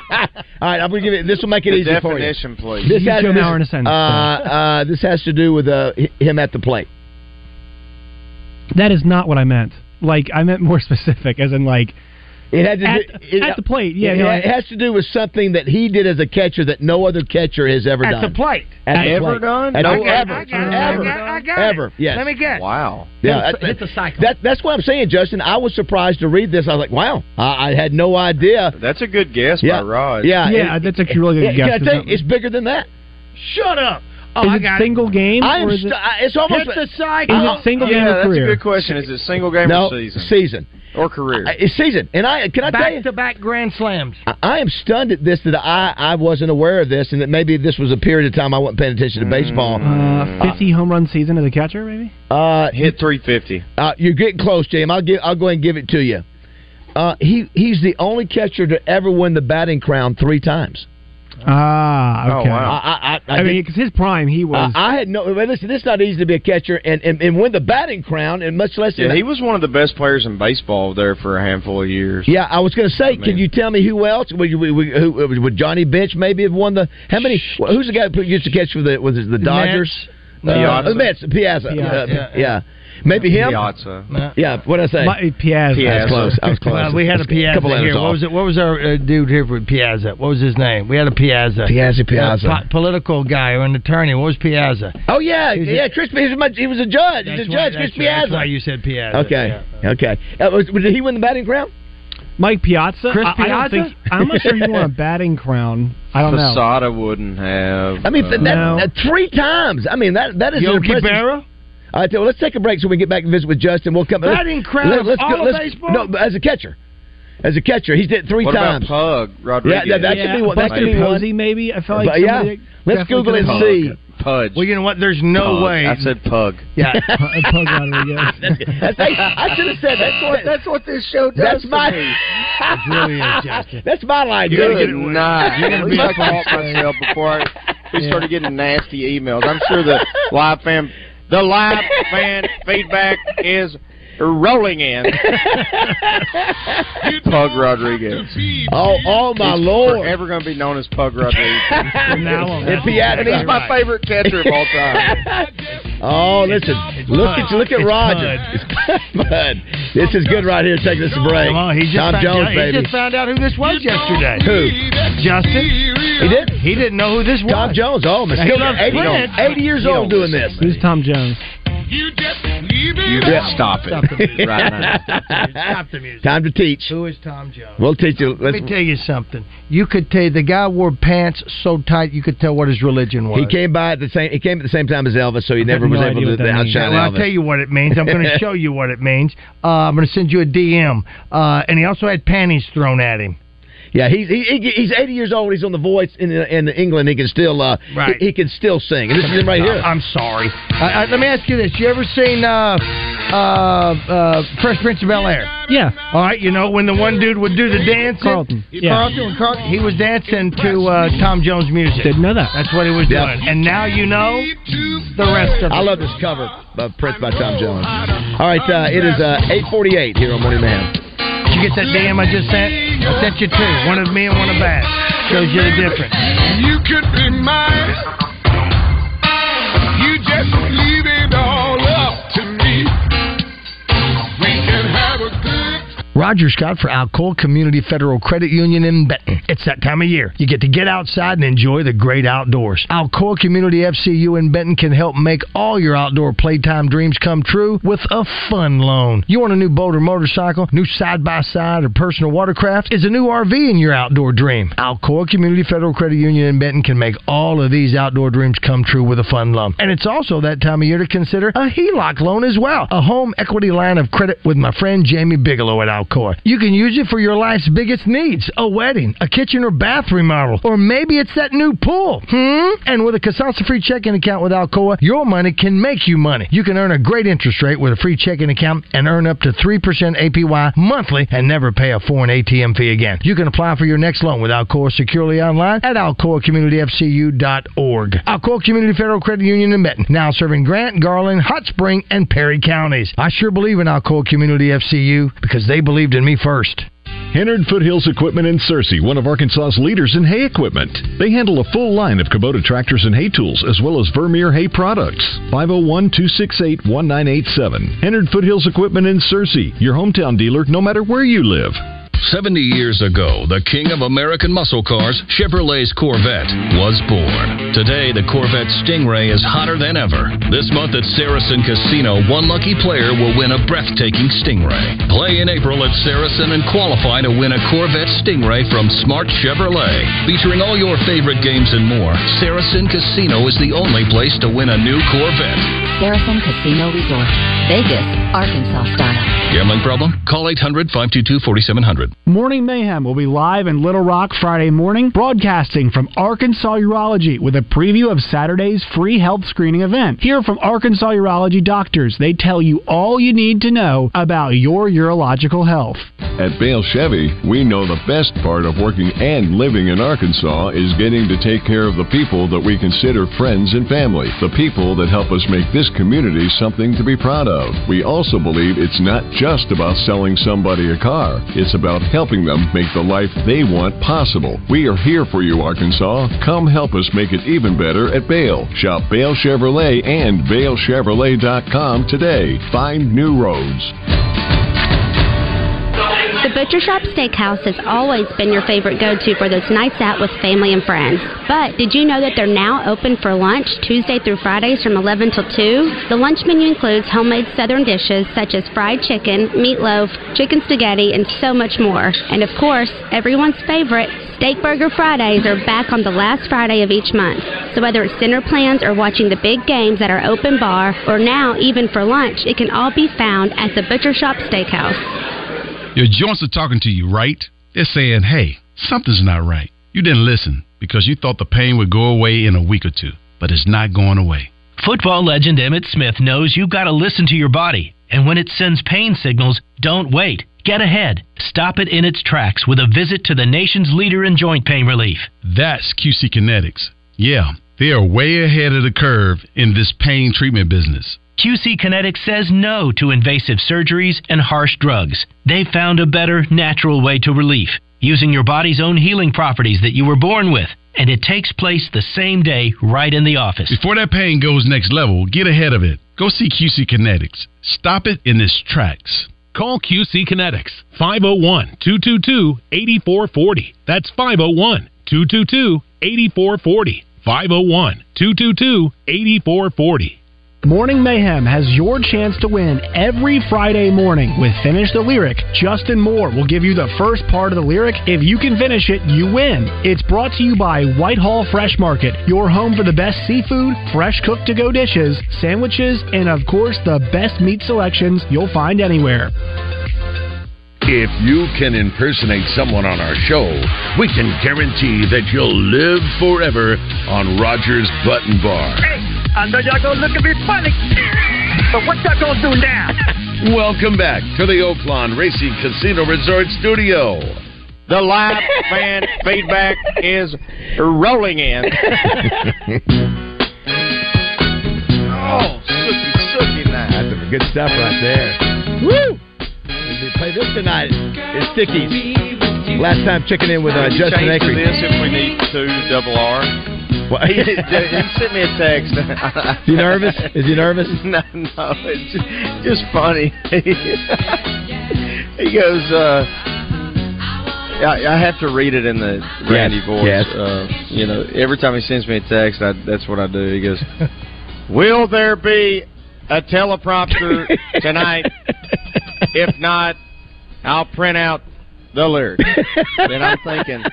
right, I'm gonna give it. This will make it The easy for you. definition, please. This You has, give this, an hour in a sentence, Uh, please. uh, this has to do with uh, hi- him at the plate. That is not what I meant. Like I meant more specific, as in like It had to at, do, it, at the plate. Yeah, it, no, it has to do with something that he did as a catcher that no other catcher has ever At done. the plate. At the Ever plate. done? At the- I got it, ever. I got it, I ever. got it, I got it. ever. Yes. Let me guess. Wow. Yeah, hit the cycle. That, that's what I'm saying, Justin. I was surprised to read this. I was like, wow, I, I had no idea. That's a good guess yeah. by Rod. Yeah, Yeah, that's actually really good yeah, guess, can I tell you, isn't it? it's bigger than that. Shut up. Oh, Is I it got single game I am or is it- stu- I- it's almost Hit the cycle. Is it single yeah, game or that's career? a good question. Is it single game or no, season? season. or career. It's season, and I can I tell you Back to back grand slams. I I am stunned at this that I, I wasn't aware of this, and that maybe this was a period of time I wasn't paying attention to baseball. Mm-hmm. Uh, 50 home run season as a catcher, maybe? Uh, hit 350. Uh, you're getting close, Jim. I'll give. I'll go ahead and give it to you. Uh, he he's the only catcher to ever win the batting crown three times. Uh, oh, Ah, okay. I, I, I, mean, because his prime, he was. Uh, I, I had no. But listen, it's not easy to be a catcher and, and, and win the batting crown, and much less. Yeah, he was one of the best players in baseball there for a handful of years. Yeah, I was going to say, Oh, can you tell me who else? Would, you, would, who, would Johnny Bench maybe have won the? How many? Who's the guy who used to catch for the was it the Dodgers? Nats. Uh, Piazza. the Mets, Piazza, Piazza. Uh, yeah, yeah. Maybe him. Piazza. Yeah. What did I say? My- Piazza. I was close. I was Uh, close. we had a Piazza couple letters here. off. What was it? What was our uh, dude here for Piazza? What was his name? We had a Piazza. Piazza, Piazza. Uh, po- political guy or an attorney. What was Piazza? Oh yeah, He's a- yeah. Chris, he was, my, he was a judge. He's a why- judge, that's- Chris that's Piazza. why you said Piazza. Okay, okay. Uh, was, did he win the batting crown? Mike Piazza. Chris I, I don't Piazza? think, I'm not sure he won a batting crown. I don't know. Posada wouldn't have. uh, I mean, that, No. that, three times. I mean, that that is Yogi impressive. Berra? All right, so let's take a break so we can get back and visit with Justin. We'll come. Batting crown of all of baseball? No, but as a catcher, as a catcher, he's did it three what times. about Pug Rodriguez? Yeah, that, that could be one. That could be one. maybe. I felt like But yeah, somebody let's definitely Google could've- and see. Pudge. Well, you know what? There's no Pug. way. I said Pug. Yeah. Pug Rodriguez. That's- I should have said that's what that's what this show does. That's to my. me. really is, Justin. That's my line. You're gonna Good get it worse. Nah, you're gonna be like caught myself before I, we started getting nasty emails. I'm sure the live fan, the live fan feedback is rolling in. Pug Rodriguez. Oh, oh my lord! Forever gonna be known as Pug Rodriguez. now on. And Piazza. And he's my favorite catcher of all time. Oh, listen, look at look at Roger. It's This is good right here. Take this break. Come on, he just Tom found, Jones, he baby. just found out who this was yesterday. Who? Justin. He did. He didn't know who this was. Tom Jones. Oh, man, still He 80, loves Prince. 80 years old doing this. Who's Tom Jones? You Yeah. stop it Stop the music. right now. Stop the music. Time to teach. Who is Tom Jones? We'll teach you. Let me tell you something. You could tell the guy wore pants so tight you could tell what his religion was. He came by at the same. He came at the same time as Elvis, so he never was no idea able what to that means. outshine Well, Elvis. I'll tell you what it means. I'm going to show you what it means. Uh, I'm going to send you a DM. Uh, and he also had panties thrown at him. Yeah, he's he, he- he's 80 years old. He's on the Voice in in England. He can still uh, Right. he, he can still sing. And this is him right here. I'm sorry. Uh, uh, let me ask you this: You ever seen uh, uh, uh, Fresh Prince of Bel Air? Yeah. All right. You know when the one dude would do the dancing, Carlton. Yeah. Carlton, Carlton, he was dancing to uh, Tom Jones music. Didn't know that. That's what he was Yeah. doing. And now you know the rest of. I it. love this cover by Prince by Tom Jones. All right, uh, it is uh, 8:48 here on Morning Man. Did you get that DM I just sent? I sent you two. One of me and one of Bass. Shows you the difference. You could be mine. You just leave it all up to me. We can have a good Roger Scott for Alcoa Community Federal Credit Union in Benton. It's that time of year. You get to get outside and enjoy the great outdoors. Alcoa Community FCU in Benton can help make all your outdoor playtime dreams come true with a fun loan. You want a new boat or motorcycle, new side by side or personal watercraft? Is a new RV in your outdoor dream? Alcoa Community Federal Credit Union in Benton can make all of these outdoor dreams come true with a fun loan. And it's also that time of year to consider a HELOC loan as well, a home equity line of credit with my friend Jamie Bigelow at Alcoa. You can use it for your life's biggest needs a wedding, a kitchen or bath remodel, or maybe it's that new pool. Hmm? And with a Casasa free checking account with Alcoa, your money can make you money. You can earn a great interest rate with a free checking account and earn up to 3% APY monthly and never pay a foreign ATM fee again. You can apply for your next loan with Alcoa securely online at alcoacommunityfcu.org. Alcoa Community Federal Credit Union in Benton, now serving Grant, Garland, Hot Spring, and Perry counties. I sure believe in Alcoa Community FCU because they believed in me first. Hennard Foothills Equipment in Searcy, one of Arkansas's leaders in hay equipment. They handle a full line of Kubota tractors and hay tools, as well as Vermeer hay products. 501 268 1987. Hennard Foothills Equipment in Searcy, your hometown dealer, no matter where you live. 70 years ago, the king of American muscle cars, Chevrolet's Corvette, was born. Today, the Corvette Stingray is hotter than ever. This month at Saracen Casino, one lucky player will win a breathtaking Stingray. Play in April at Saracen and qualify to win a Corvette Stingray from Smart Chevrolet. Featuring all your favorite games and more, Saracen Casino is the only place to win a new Corvette. Saracen Casino Resort, Vegas, Arkansas style. Gambling problem? Call 800 522 4700. Morning Mayhem will be live in Little Rock Friday morning, broadcasting from Arkansas Urology with a preview of Saturday's free health screening event. Hear from Arkansas Urology doctors. They tell you all you need to know about your urological health. At Bale Chevy, we know the best part of working and living in Arkansas is getting to take care of the people that we consider friends and family, the people that help us make this community something to be proud of. We also believe it's not just about selling somebody a car, it's about helping them make the life they want possible. We are here for you, Arkansas. Come help us make it even better at Bale. Shop Bale Chevrolet and BaleChevrolet.com today. Find new roads. The Butcher Shop Steakhouse has always been your favorite go to for those nights out with family and friends. But did you know that they're now open for lunch Tuesday through Fridays from 11 till 2? The lunch menu includes homemade southern dishes such as fried chicken, meatloaf, chicken spaghetti, and so much more. And of course, everyone's favorite, Steak Burger Fridays are back on the last Friday of each month. So whether it's dinner plans or watching the big games at our open bar, or now even for lunch, it can all be found at the Butcher Shop Steakhouse. Your joints are talking to you, right? They're saying, hey, something's not right. You didn't listen because you thought the pain would go away in a week or two, but it's not going away. Football legend Emmett Smith knows you've got to listen to your body, and when it sends pain signals, don't wait. Get ahead. Stop it in its tracks with a visit to the nation's leader in joint pain relief. That's QC Kinetics. Yeah, they are way ahead of the curve in this pain treatment business. QC Kinetics says no to invasive surgeries and harsh drugs. They found a better, natural way to relief, using your body's own healing properties that you were born with, and it takes place the same day right in the office. Before that pain goes next level, get ahead of it. Go see QC Kinetics. Stop it in its tracks. Call QC Kinetics 501 222 8440. That's 501 222 8440. 501 222 8440. Morning Mayhem has your chance to win every Friday morning with Finish the Lyric. Justin Moore will give you the first part of the lyric. If you can finish it, you win. It's brought to you by Whitehall Fresh Market, your home for the best seafood, fresh cooked to go dishes, sandwiches, and of course, the best meat selections you'll find anywhere. If you can impersonate someone on our show, we can guarantee that you'll live forever on Roger's Button Bar. I know y'all gonna look at me funny, but what y'all gonna do now? Welcome back to the Oakland Racing Casino Resort Studio. The live Fan feedback is rolling in. Oh, sookie, sookie now. That's some good stuff right there. Woo! We play this tonight. It's Stickies. Last time checking in with uh, Can you Justin change Acre. this if we need two double R. What? he, he sent me a text. Is You nervous? Is he nervous? No, no, it's ju- just funny. he goes, uh, I, I have to read it in the Randy voice. yes. Uh, you know, every time he sends me a text, I, that's what I do. He goes, "Will there be a teleprompter tonight? if not, I'll print out the lyrics." and I'm thinking,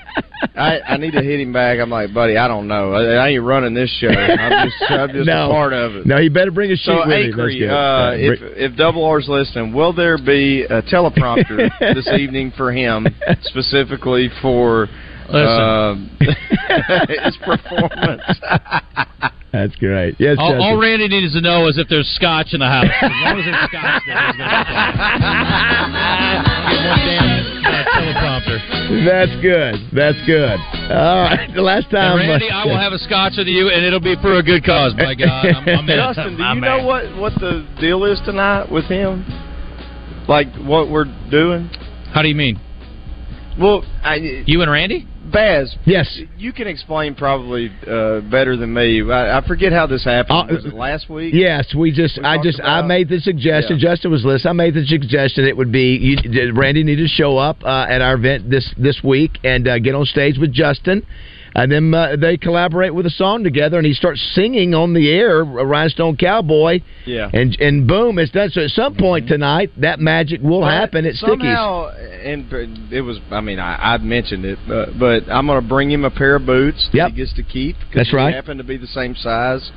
I, I need to hit him back. I'm like, buddy, I don't know. I, I ain't running this show. I'm just, I'm just no. a part of it. No, he better bring a sheet So, with him. Let's Acre, get it. uh, Yeah, if, if Double R's listening, will there be a teleprompter this evening for him, specifically for uh, his performance? That's great. Yes, uh, all, all Justin. Randy needs to know is if there's scotch in the house. As long as there's scotch, there, he's gonna be fine. Get that damn, uh, teleprompter. That's good. That's good. All right. The last And time. uh, Randy, I will have a scotch with you, and it'll be for a good cause. By God, I'm, I'm in. Justin, do you I'm in. know what, what the deal is tonight with him? Like what we're doing? How do you mean? Well, I, You and Randy? Baz. Yes. You can explain probably uh, better than me. I, I forget how this happened. Uh, was it last week? Yes, we just, I just, I made the suggestion. Justin was listening. I made the suggestion. It would be you, that Randy needed to show up uh, at our event this this week and uh, get on stage with Justin, and then uh, they collaborate with a song together, and he starts singing on the air, "Rhinestone Cowboy." Yeah. And and boom, it's done. So at some point tonight, that magic will But happen at Stickies. somehow, and but it was. I mean, I, I mentioned it, but, but I'm going to bring him a pair of boots that he gets to keep. 'cause That's they right. Happen to be the same size.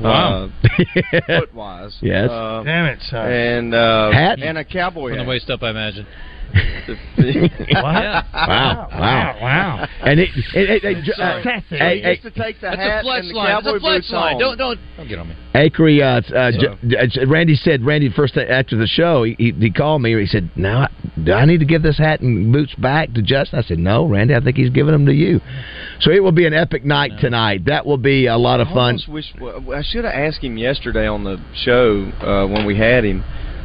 Wow. Uh, foot wise. Yes. Uh, Damn it, son. And uh, Hat? and a cowboy From the hat. waist up, I imagine. Yeah. Wow! Wow! Oh, Wow! And it, it, it, it- uh, He hey, hey, used to take the That's a hat flex and the line. That's a cowboy flex boots line. on. Don't- don't- don't get on me. Acree, uh, uh, J- uh, Randy said, Randy, first th- after the show, he, he, he called me. He said, Now, do I need to give this hat and boots back to Justin? I said, No, Randy, I think he's giving them to you. So it will be an epic night tonight. That will be a lot of I fun. almost wish well, I should have asked him yesterday on the show uh, when we had him.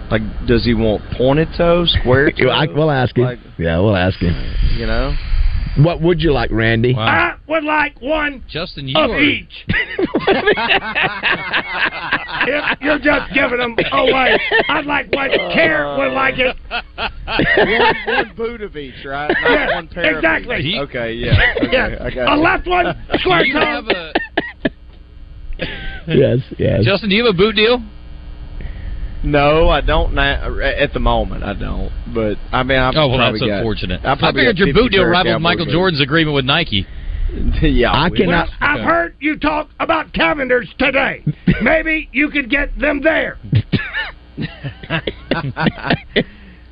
Like, does he want pointed toe, square toe? I, we'll ask him. Like- yeah, we'll ask him. you know, What would you like, Randy? I would like one Justin, you of are- each. if you're just giving them away, I'd like one. Karen would like it. one, one boot of each, right? Not Yeah, one pair Of exactly. each. Okay, yeah. Okay, Yeah. I got A you. left one, square Do you toe. have a, yes, yes. Justin, do you have a boot deal? No, I don't now. At the moment, I don't. But I mean, I've oh well, probably that's got- unfortunate. I, probably figured got your boot 50 deal pair of rivaled cowboy Michael boots. Jordan's agreement with Nike. yeah, I Well, I've heard you talk about calendars today. Maybe you could get them there.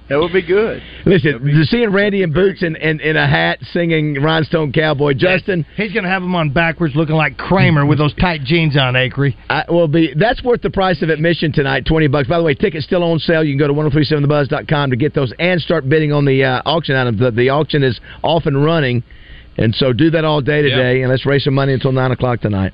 That would be good. Listen, seeing Randy in boots and, and in a hat singing Rhinestone Cowboy, Justin. He's going to have him on backwards looking like Kramer with those tight jeans on, Acree. I will be. That's worth the price of admission tonight, twenty bucks. By the way, tickets still on sale. You can go to 1037thebuzz.com to get those and start bidding on the uh, auction items. The, the auction is off and running, and so do that all day today, and let's raise some money until nine o'clock tonight.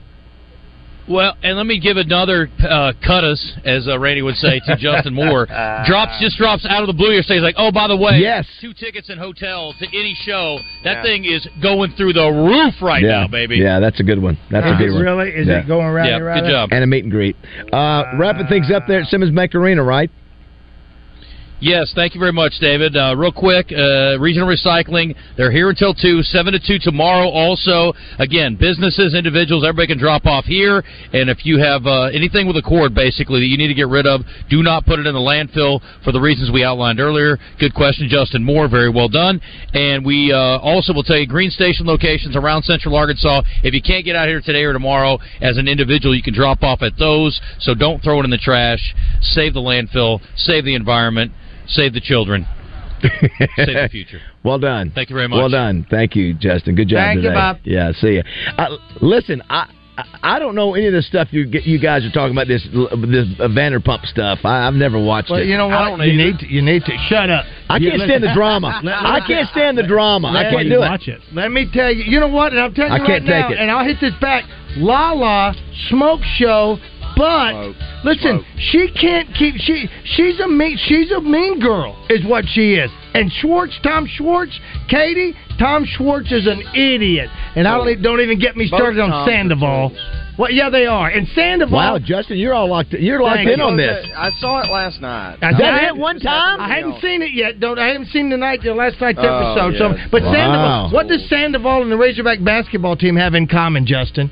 Well, and let me give another uh, cut us, as uh, Randy would say, to Justin Moore. drops just drops out of the blue yesterday. He's like, oh, by the way, Yes. two tickets and hotels to any show. That thing is going through the roof right yeah, now, baby. Yeah, that's a good one. That's Is a good it one. really? Is Yeah. it going round Yeah, and round? good job. And a meet and greet. Uh, wrapping things up there at Simmons Bank Arena, right? Yes, thank you very much, David. Uh, real quick, uh, regional recycling. They're here until 2, 7 to 2 tomorrow also. Again, businesses, individuals, everybody can drop off here. And if you have uh, anything with a cord, basically, that you need to get rid of, do not put it in the landfill for the reasons we outlined earlier. Good question, Justin Moore. Very well done. And we uh, also will tell you Green Station locations around Central Arkansas. If you can't get out here today or tomorrow as an individual, you can drop off at those. So don't throw it in the trash. Save the landfill, save the environment. Save the children. Save the future. Well done. Thank you very much. Well done. Thank you, Justin. Good job Thank you, today. Bob. Yeah, see ya. I, listen, I I- I don't know any of the stuff you get- you guys are talking about this this uh, Vanderpump stuff. I, I've never watched Well, it. you know what? you need to. You need to. Shut up. I You can't listen- stand the drama. Let- I can't stand the drama. I Let- can't do it. Let me tell you. You know what? And I'm telling I you right can't take now, it. and I'll hit this back. La La Smoke Show, but listen, she can't keep. She she's a mean she's a mean girl is what she is. And Schwartz, Tom Schwartz, Katie, Tom Schwartz is an idiot. And I don't, e- don't even get me Both started on Toms are Sandoval. Well, yeah, they are. And Sandoval. Wow, Justin, you're all locked. You're locked Thank in you. on this. I saw it last night. I That said- it one time? I hadn't seen it yet. Don't I haven't seen tonight the last night's Oh, episode. yeah. So, but Wow. Sandoval, what does Sandoval and the Razorback basketball team have in common, Justin?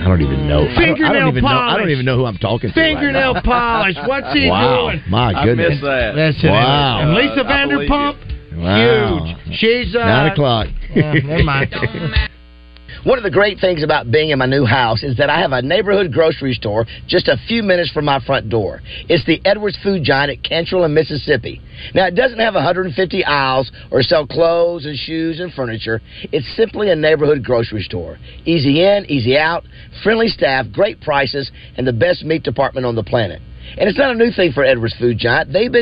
I don't even know. I don't, I Fingernail don't even know. I don't polish. even know who I'm talking to. right Fingernail now. polish. What's he wow, doing? My I goodness. missed that. Listen, wow. and Lisa Vanderpump, Wow. huge. She's uh, Nine o'clock. Yeah, never mind. One of the great things about being in my new house is that I have a neighborhood grocery store just a few minutes from my front door. It's the Edwards Food Giant at Cantrell in Mississippi. Now, it doesn't have 150 aisles or sell clothes and shoes and furniture. It's simply a neighborhood grocery store. Easy in, easy out, friendly staff, great prices, and the best meat department on the planet. And it's not a new thing for Edwards Food Giant. They've been